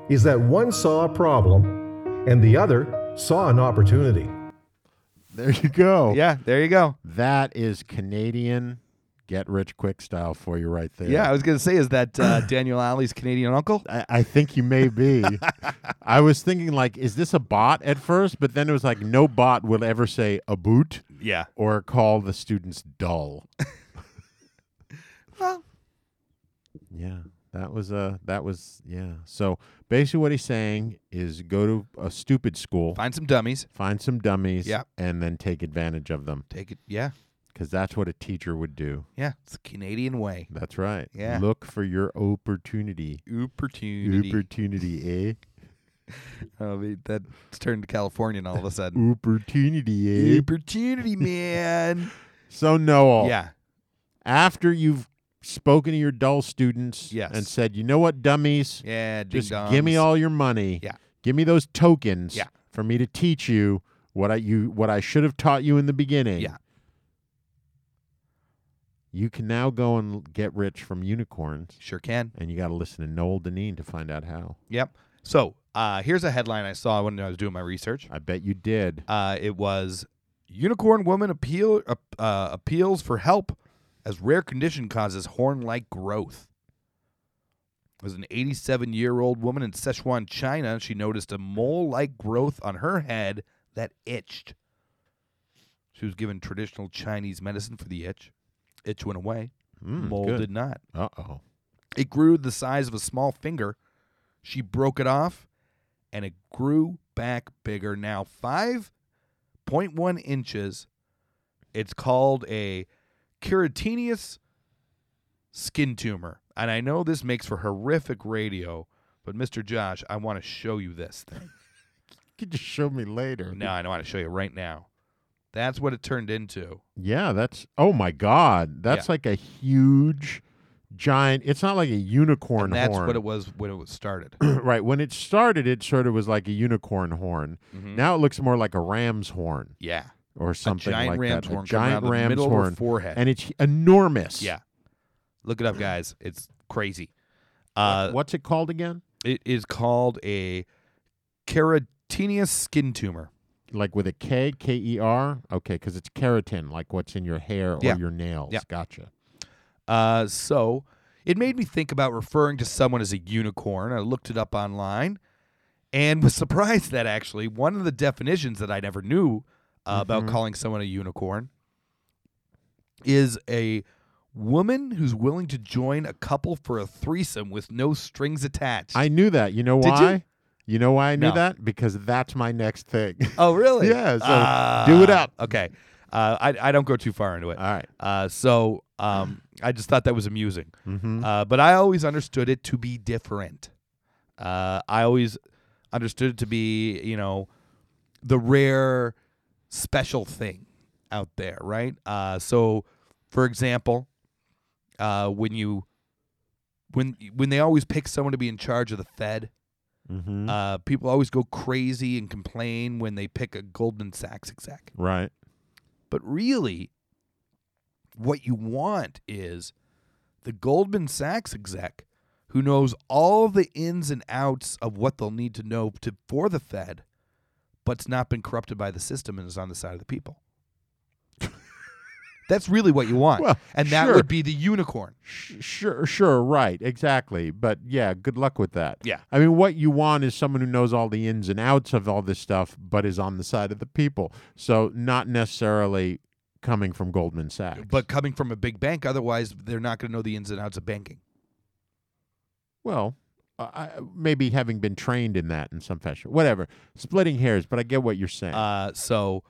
Speaker 8: is that one saw a problem and the other saw an opportunity.
Speaker 6: There you go.
Speaker 3: Yeah, there you go.
Speaker 6: That is Canadian get rich quick style for you right there.
Speaker 3: Yeah, I was gonna say, is that uh, Daniel Alley's Canadian uncle?
Speaker 6: I, I think you may be. I was thinking like, is this a bot at first? But then it was like, no bot will ever say a boot
Speaker 3: Yeah.
Speaker 6: or call the students dull.
Speaker 3: Well.
Speaker 6: yeah, that was uh, that was yeah. So basically, what he's saying is go to a stupid school,
Speaker 3: Find some dummies.
Speaker 6: find some dummies,
Speaker 3: Yeah.
Speaker 6: and then take advantage of them
Speaker 3: Take it. Yeah.
Speaker 6: because that's what a teacher would do.
Speaker 3: Yeah. It's the Canadian way.
Speaker 6: That's right.
Speaker 3: Yeah.
Speaker 6: Look for your opportunity.
Speaker 3: Opportunity.
Speaker 6: Opportunity, eh?
Speaker 3: I mean, that's oh, turned to Californian all of a sudden.
Speaker 6: Opportunity, eh?
Speaker 3: Opportunity, man.
Speaker 6: So Noel,
Speaker 3: Yeah.
Speaker 6: after you've spoken to your dull students
Speaker 3: Yes.
Speaker 6: and said, you know what, dummies,
Speaker 3: Yeah. Ding
Speaker 6: just give me
Speaker 3: dongs.
Speaker 6: all your money.
Speaker 3: Yeah.
Speaker 6: Give me those tokens
Speaker 3: Yeah.
Speaker 6: for me to teach you what I you what I should have taught you in the beginning.
Speaker 3: Yeah.
Speaker 6: You can now go and get rich from unicorns.
Speaker 3: Sure can.
Speaker 6: And you got to listen to Noel Deneen to find out how.
Speaker 3: Yep. So uh, here's a headline I saw when I was doing my research.
Speaker 6: I bet you did.
Speaker 3: Uh, it was unicorn woman appeal uh, uh, appeals for help as rare condition causes horn-like growth. It was an 87-year-old woman in Sichuan, China. She noticed a mole-like growth on her head that itched. She was given traditional Chinese medicine for the itch. Itch went away.
Speaker 6: Mm,
Speaker 3: mole
Speaker 6: good.
Speaker 3: did not.
Speaker 6: Uh oh.
Speaker 3: It grew the size of a small finger. She broke it off and it grew back bigger. Now 5.1 inches. It's called a keratinous skin tumor. And I know this makes for horrific radio, but Mr. Josh, I want to show you this thing.
Speaker 6: You could just show me later.
Speaker 3: no, I want to show you right now. That's what it turned into.
Speaker 6: Yeah, that's oh my god, that's
Speaker 3: Yeah.
Speaker 6: like a huge, giant. It's not like a unicorn
Speaker 3: And that's
Speaker 6: horn,
Speaker 3: what it was when it was started.
Speaker 6: right? When it started, it sort of was like a unicorn horn.
Speaker 3: Mm-hmm.
Speaker 6: Now it looks more like a ram's horn
Speaker 3: yeah.
Speaker 6: or something
Speaker 3: giant
Speaker 6: like
Speaker 3: ram's
Speaker 6: that.
Speaker 3: horn coming
Speaker 6: a
Speaker 3: out
Speaker 6: giant
Speaker 3: of the
Speaker 6: ram's
Speaker 3: middle of her
Speaker 6: horn,
Speaker 3: forehead.
Speaker 6: and it's enormous.
Speaker 3: Yeah. Look it up, guys. It's crazy. Uh,
Speaker 6: What's it called again?
Speaker 3: It is called a keratinous skin tumor.
Speaker 6: Like with a K, K E R. Okay, because it's keratin, like what's in your hair or
Speaker 3: Yeah.
Speaker 6: your nails.
Speaker 3: Yeah.
Speaker 6: Gotcha.
Speaker 3: Uh, so it made me think about referring to someone as a unicorn. I looked it up online and was surprised that actually one of the definitions that I never knew uh, about calling someone a unicorn is a woman who's willing to join a couple for a threesome with no strings attached.
Speaker 6: I knew that. You know
Speaker 3: Did you?
Speaker 6: why? You know why I knew
Speaker 3: No.
Speaker 6: that? Because that's my next thing.
Speaker 3: Oh, really?
Speaker 6: Yeah, so do it
Speaker 3: Ah,
Speaker 6: up.
Speaker 3: Okay. Uh, I, I don't go too far into it.
Speaker 6: All right.
Speaker 3: Uh, so um, I just thought that was amusing.
Speaker 6: Mhm.
Speaker 3: Uh, but I always understood it to be different. Uh, I always understood it to be, you know, the rare special thing out there, right? Uh, so, for example, uh, when you when when they always pick someone to be in charge of the Fed,
Speaker 6: Mm-hmm.
Speaker 3: uh, people always go crazy and complain when they pick a Goldman Sachs exec.
Speaker 6: Right.
Speaker 3: But really, what you want is the Goldman Sachs exec who knows all the ins and outs of what they'll need to know to, for the Fed, but's not been corrupted by the system and is on the side of the people. That's really what you want.
Speaker 6: Well,
Speaker 3: and that
Speaker 6: sure.
Speaker 3: would be the unicorn.
Speaker 6: Sh- Sure, sure, right, exactly. But yeah, good luck with that.
Speaker 3: Yeah.
Speaker 6: I mean, what you want is someone who knows all the ins and outs of all this stuff, but is on the side of the people. So not necessarily coming from Goldman Sachs.
Speaker 3: But coming from a big bank, otherwise they're not going to know the ins and outs of banking.
Speaker 6: well, I, I- maybe having been trained in that in some fashion, whatever. Splitting hairs, but I get what you're saying.
Speaker 3: Uh, so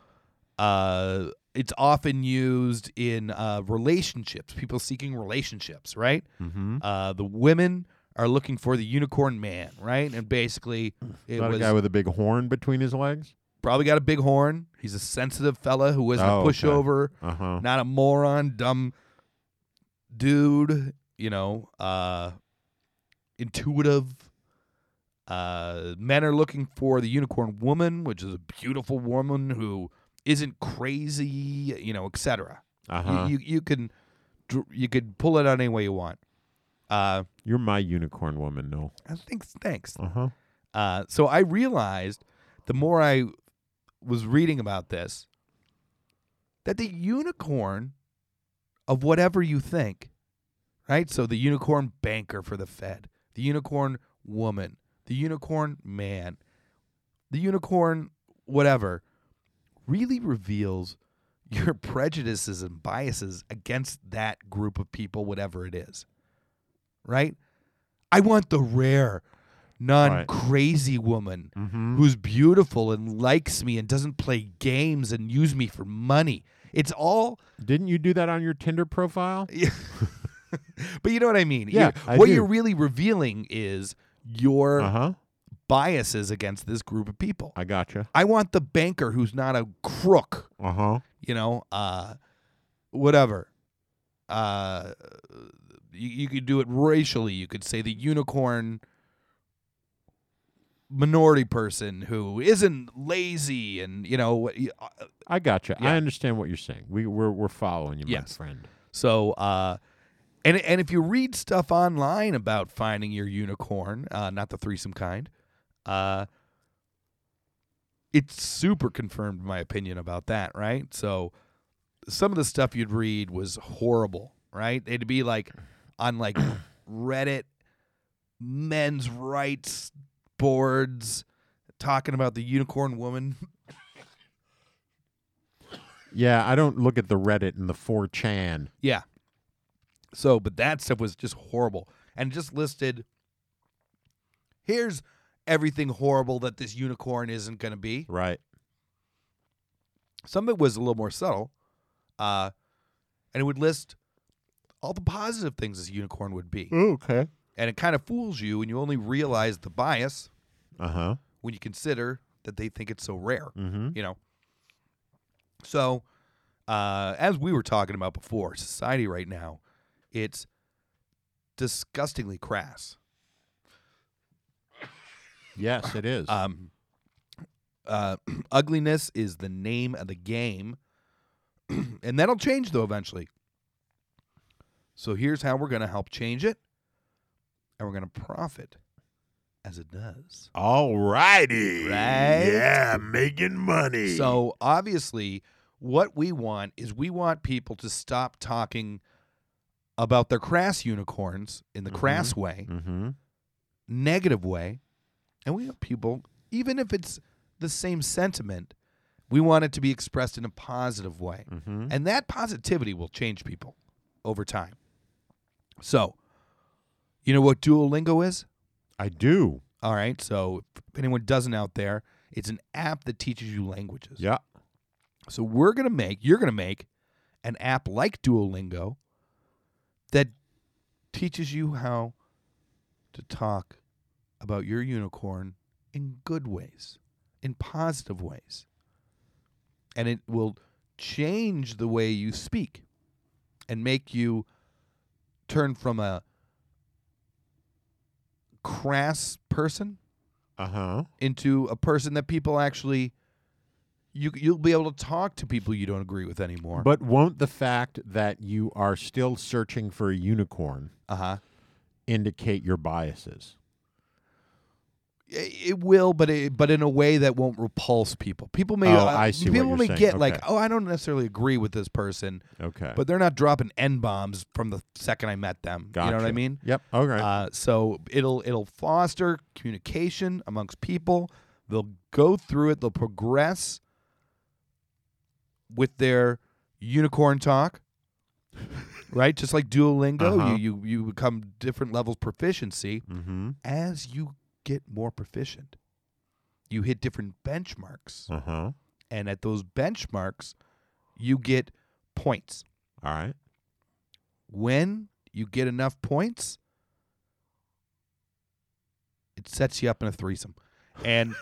Speaker 3: uh, it's often used in uh, relationships, people seeking relationships, right?
Speaker 6: mm-hmm.
Speaker 3: Uh, the women are looking for the unicorn man, right? And basically, it
Speaker 6: Hmm. Not
Speaker 3: was
Speaker 6: a guy with a big horn between his legs.
Speaker 3: probably got a big horn. He's a sensitive fella who isn't
Speaker 6: Oh,
Speaker 3: a
Speaker 6: okay.
Speaker 3: pushover,
Speaker 6: Uh huh.
Speaker 3: not a moron, dumb dude, you know. Uh, intuitive. Uh, men are looking for the unicorn woman, which is a beautiful woman who isn't crazy, you know, etc.
Speaker 6: Uh-huh.
Speaker 3: You, you you can dr- you could pull it out any way you want. Uh,
Speaker 6: You're my unicorn woman, no.
Speaker 3: I think thanks.
Speaker 6: Uh huh.
Speaker 3: Uh, so I realized the more I was reading about this that the unicorn of whatever you think, right? So the unicorn banker for the Fed, the unicorn woman, the unicorn man, the unicorn whatever really reveals your prejudices and biases against that group of people, whatever it is, right? I want the rare, non crazy woman who's beautiful and likes me and doesn't play games and use me for money. It's all,
Speaker 6: Didn't you do that on your Tinder profile?
Speaker 3: but you know what I mean. You-
Speaker 6: Yeah, I
Speaker 3: what
Speaker 6: do.
Speaker 3: you're really revealing is your
Speaker 6: Uh huh.
Speaker 3: biases against this group of people.
Speaker 6: I gotcha.
Speaker 3: I want the banker who's not a crook.
Speaker 6: Uh huh.
Speaker 3: you know, uh, whatever. Uh, you, you could do it racially. You could say the unicorn minority person who isn't lazy and, you know, what- y- uh,
Speaker 6: I gotcha.
Speaker 3: Yeah.
Speaker 6: I understand what you're saying. We we're we're following you,
Speaker 3: Yes.
Speaker 6: my friend.
Speaker 3: so, uh, and, and if you read stuff online about finding your unicorn, uh, not the threesome kind, uh, it super confirmed my opinion about that, right? So some of the stuff you'd read was horrible, right? It'd be like on like Reddit men's rights boards talking about the unicorn woman.
Speaker 6: Yeah, I don't look at the Reddit and the 4chan.
Speaker 3: Yeah. So, but that stuff was just horrible and just listed here's everything horrible that this unicorn isn't going to be.
Speaker 6: Right.
Speaker 3: Some of it was a little more subtle, uh, and it would list all the positive things this unicorn would be,
Speaker 8: Mm.
Speaker 6: Okay.
Speaker 3: and it kind of fools you, and you only realize the bias
Speaker 6: Uh huh.
Speaker 3: when you consider that they think it's so rare. You know, so uh, as we were talking about before, society right now, it's disgustingly crass.
Speaker 6: Yes, it is.
Speaker 3: Um, uh, ugliness is the name of the game, and that'll change though eventually. So here's how we're going to help change it, and we're going to profit as it does.
Speaker 6: All righty.
Speaker 3: Right?
Speaker 6: Yeah, making money.
Speaker 3: So obviously, what we want is we want people to stop talking about their crass unicorns in the crass way,
Speaker 6: Mm-hmm.
Speaker 3: negative way, and we want people, even if it's the same sentiment, we want it to be expressed in a positive way,
Speaker 6: Mm-hmm.
Speaker 3: and that positivity will change people over time. So, you know what Duolingo is?
Speaker 6: I do.
Speaker 3: All right, so if anyone doesn't out there, it's an app that teaches you languages.
Speaker 6: Yeah.
Speaker 3: So we're going to make, you're going to make an app like Duolingo that teaches you how to talk about your unicorn in good ways, in positive ways. And it will change the way you speak and make you turn from a crass person
Speaker 6: Uh huh.
Speaker 3: into a person that people actually you you'll be able to talk to people you don't agree with anymore.
Speaker 6: But won't the fact that you are still searching for a unicorn
Speaker 3: uh huh.
Speaker 6: indicate your biases?
Speaker 3: It it will, but it, but in a way that won't repulse people. People may,
Speaker 6: Oh,
Speaker 3: uh,
Speaker 6: I see what
Speaker 3: people
Speaker 6: you're
Speaker 3: may
Speaker 6: saying.
Speaker 3: get like,
Speaker 6: Okay.
Speaker 3: oh, I don't necessarily agree with this person,
Speaker 6: Okay.
Speaker 3: but they're not dropping n bombs from the second I met them. You know what I
Speaker 6: Gotcha.
Speaker 3: mean?
Speaker 6: Yep. All right.
Speaker 3: Uh, so it'll it'll foster communication amongst people. They'll go through it. They'll progress with their unicorn talk, right? Just like Duolingo,
Speaker 6: Uh-huh.
Speaker 3: you, you you become different levels proficiency
Speaker 6: mm-hmm.
Speaker 3: as you get more proficient. You hit different benchmarks,
Speaker 6: Uh huh. All
Speaker 3: and at those benchmarks, you get points
Speaker 6: right.
Speaker 3: when you get enough points, it sets you up in a threesome. And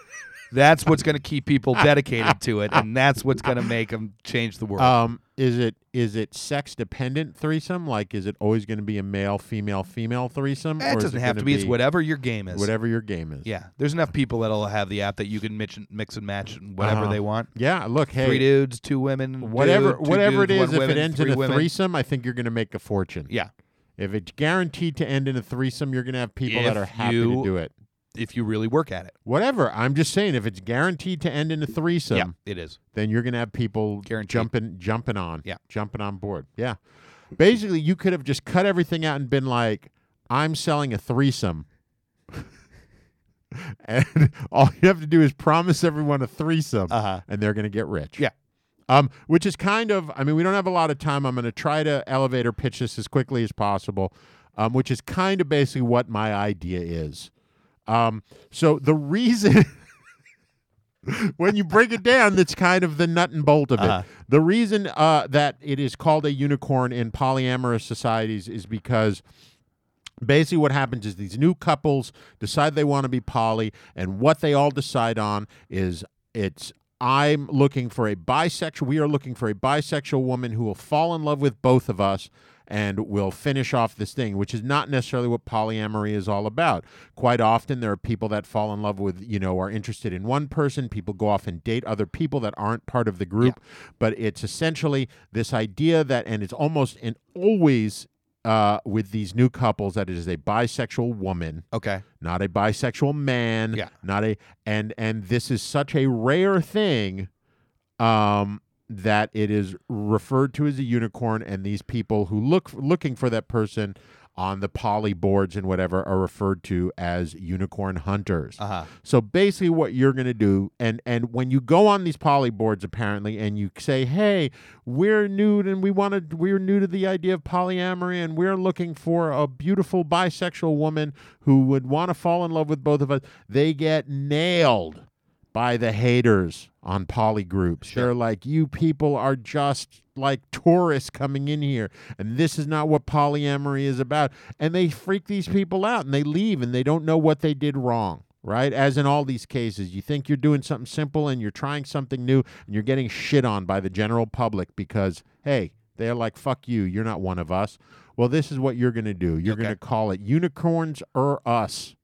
Speaker 3: That's what's going to keep people dedicated to it, and that's what's going to make them change the world.
Speaker 6: Um, is it is it sex dependent threesome? Like, is it always going to be a male, female, female threesome?
Speaker 3: Eh, it
Speaker 6: is
Speaker 3: doesn't have
Speaker 6: gonna
Speaker 3: to be. It's whatever your game is.
Speaker 6: whatever your game is.
Speaker 3: Yeah, there's enough people that'll have the app that you can mix and, mix and match and whatever
Speaker 6: Uh-huh.
Speaker 3: they want.
Speaker 6: Yeah. Look, hey,
Speaker 3: Three dudes, two women,
Speaker 6: whatever
Speaker 3: dude, two
Speaker 6: whatever
Speaker 3: dudes,
Speaker 6: it is,
Speaker 3: one
Speaker 6: if
Speaker 3: women,
Speaker 6: it ends
Speaker 3: three
Speaker 6: in a
Speaker 3: women.
Speaker 6: threesome, I think you're going to make a fortune.
Speaker 3: Yeah,
Speaker 6: If it's guaranteed to end in a threesome, you're going to have people
Speaker 3: If
Speaker 6: that are happy
Speaker 3: you-
Speaker 6: to do it.
Speaker 3: if you really work at it.
Speaker 6: Whatever. I'm just saying, if it's guaranteed to end in a threesome,
Speaker 3: yeah, it is.
Speaker 6: then you're going to have people
Speaker 3: Guaranteed.
Speaker 6: jumping jumping on
Speaker 3: Yeah.
Speaker 6: jumping on board yeah basically you could have just cut everything out and been like i'm selling a threesome and all you have to do is promise everyone a threesome
Speaker 3: Uh-huh.
Speaker 6: and they're going to get rich
Speaker 3: Yeah.
Speaker 6: um, which is kind of i mean we don't have a lot of time i'm going to try to elevator pitch this as quickly as possible um, which is kind of basically what my idea is um, so the reason when you break it down, that's kind of the nut and bolt of
Speaker 3: Uh-huh.
Speaker 6: it. The reason uh, that it is called a unicorn in polyamorous societies is because basically what happens is these new couples decide they want to be poly, and what they all decide on is it's. I'm looking for a bisexual. We are looking for a bisexual woman who will fall in love with both of us and will finish off this thing, which is not necessarily what polyamory is all about. Quite often, there are people that fall in love with, you know, are interested in one person. People go off and date other people that aren't part of the group. But it's essentially this idea that, and it's almost and always uh, with these new couples, that it is a bisexual woman
Speaker 3: Okay.
Speaker 6: not a bisexual man
Speaker 3: Yeah.
Speaker 6: not a and and this is such a rare thing um that it is referred to as a unicorn and these people who look looking for that person on the poly boards and whatever are referred to as unicorn hunters
Speaker 3: Uh huh.
Speaker 6: so basically, what you're going to do, and and when you go on these poly boards, apparently, and you say, "Hey, we're new and we want to, we're new to the idea of polyamory, and we're looking for a beautiful bisexual woman who would want to fall in love with both of us," they get nailed by the haters on poly groups. They're like, "You people are just like tourists coming in here, and this is not what polyamory is about." And they freak these people out, and they leave, and they don't know what they did wrong right? As in all these cases, you think you're doing something simple and you're trying something new and you're getting shit on by the general public because, hey, they're like, fuck you, you're not one of us. Well, this is what you're going to do. You're going to call it unicorns or us.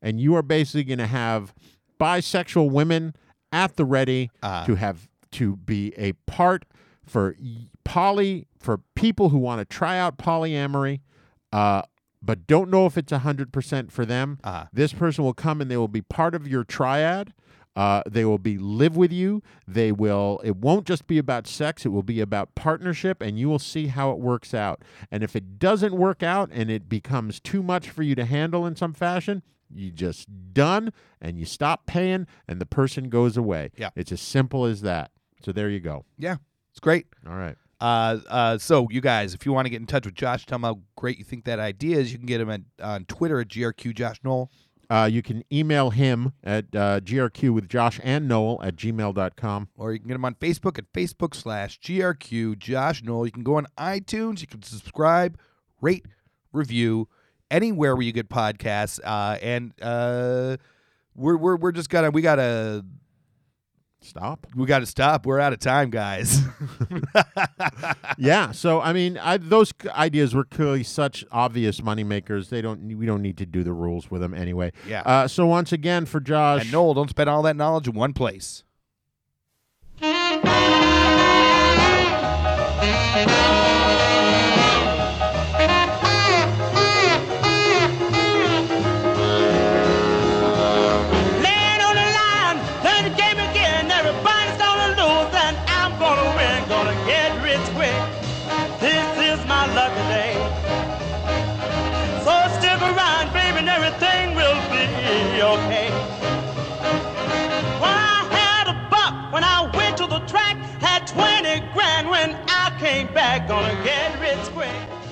Speaker 6: And you are basically going to have bisexual women at the ready to have to be a part for y- poly for people who want to try out polyamory uh, but don't know if it's 100% for them.
Speaker 3: Uh-huh.
Speaker 6: This person will come and they will be part of your triad. Uh, they will be live with you. They will. It won't just be about sex. It will be about partnership, and you will see how it works out. And if it doesn't work out and it becomes too much for you to handle in some fashion, you just done and you stop paying, and the person goes away.
Speaker 3: Yeah.
Speaker 6: it's as simple as that. So there you go.
Speaker 3: Yeah, it's great.
Speaker 6: All right.
Speaker 3: Uh, uh, so you guys, if you want to get in touch with Josh, tell him how great you think that idea is. You can get him at, on Twitter at grq Josh Knoll.
Speaker 6: Uh, you can email him at uh, grq with Josh and Noel at gmail.com.
Speaker 3: or you can get them on Facebook at Facebook slash GRQ Josh Noel. You can go on iTunes. You can subscribe, rate, review anywhere where you get podcasts. Uh, and uh, we're we're we're just gotta we gotta
Speaker 6: Stop.
Speaker 3: we gotta stop. We're out of time, guys.
Speaker 6: yeah. So I mean, I, those c- ideas were clearly such obvious moneymakers. They don't. We don't need to do the rules with them anyway.
Speaker 3: Yeah.
Speaker 6: Uh, so once again, for Josh,
Speaker 3: and Noel, don't spend all that knowledge in one place.
Speaker 5: Land on the line, play the game again. Everybody's gonna lose, and I'm gonna win. Gonna get rich quick. This is my lucky day. So stick around, baby, and everything will be okay. Well, I had a buck when I went to the track. Had 20 grand when I came back. Gonna get rich quick.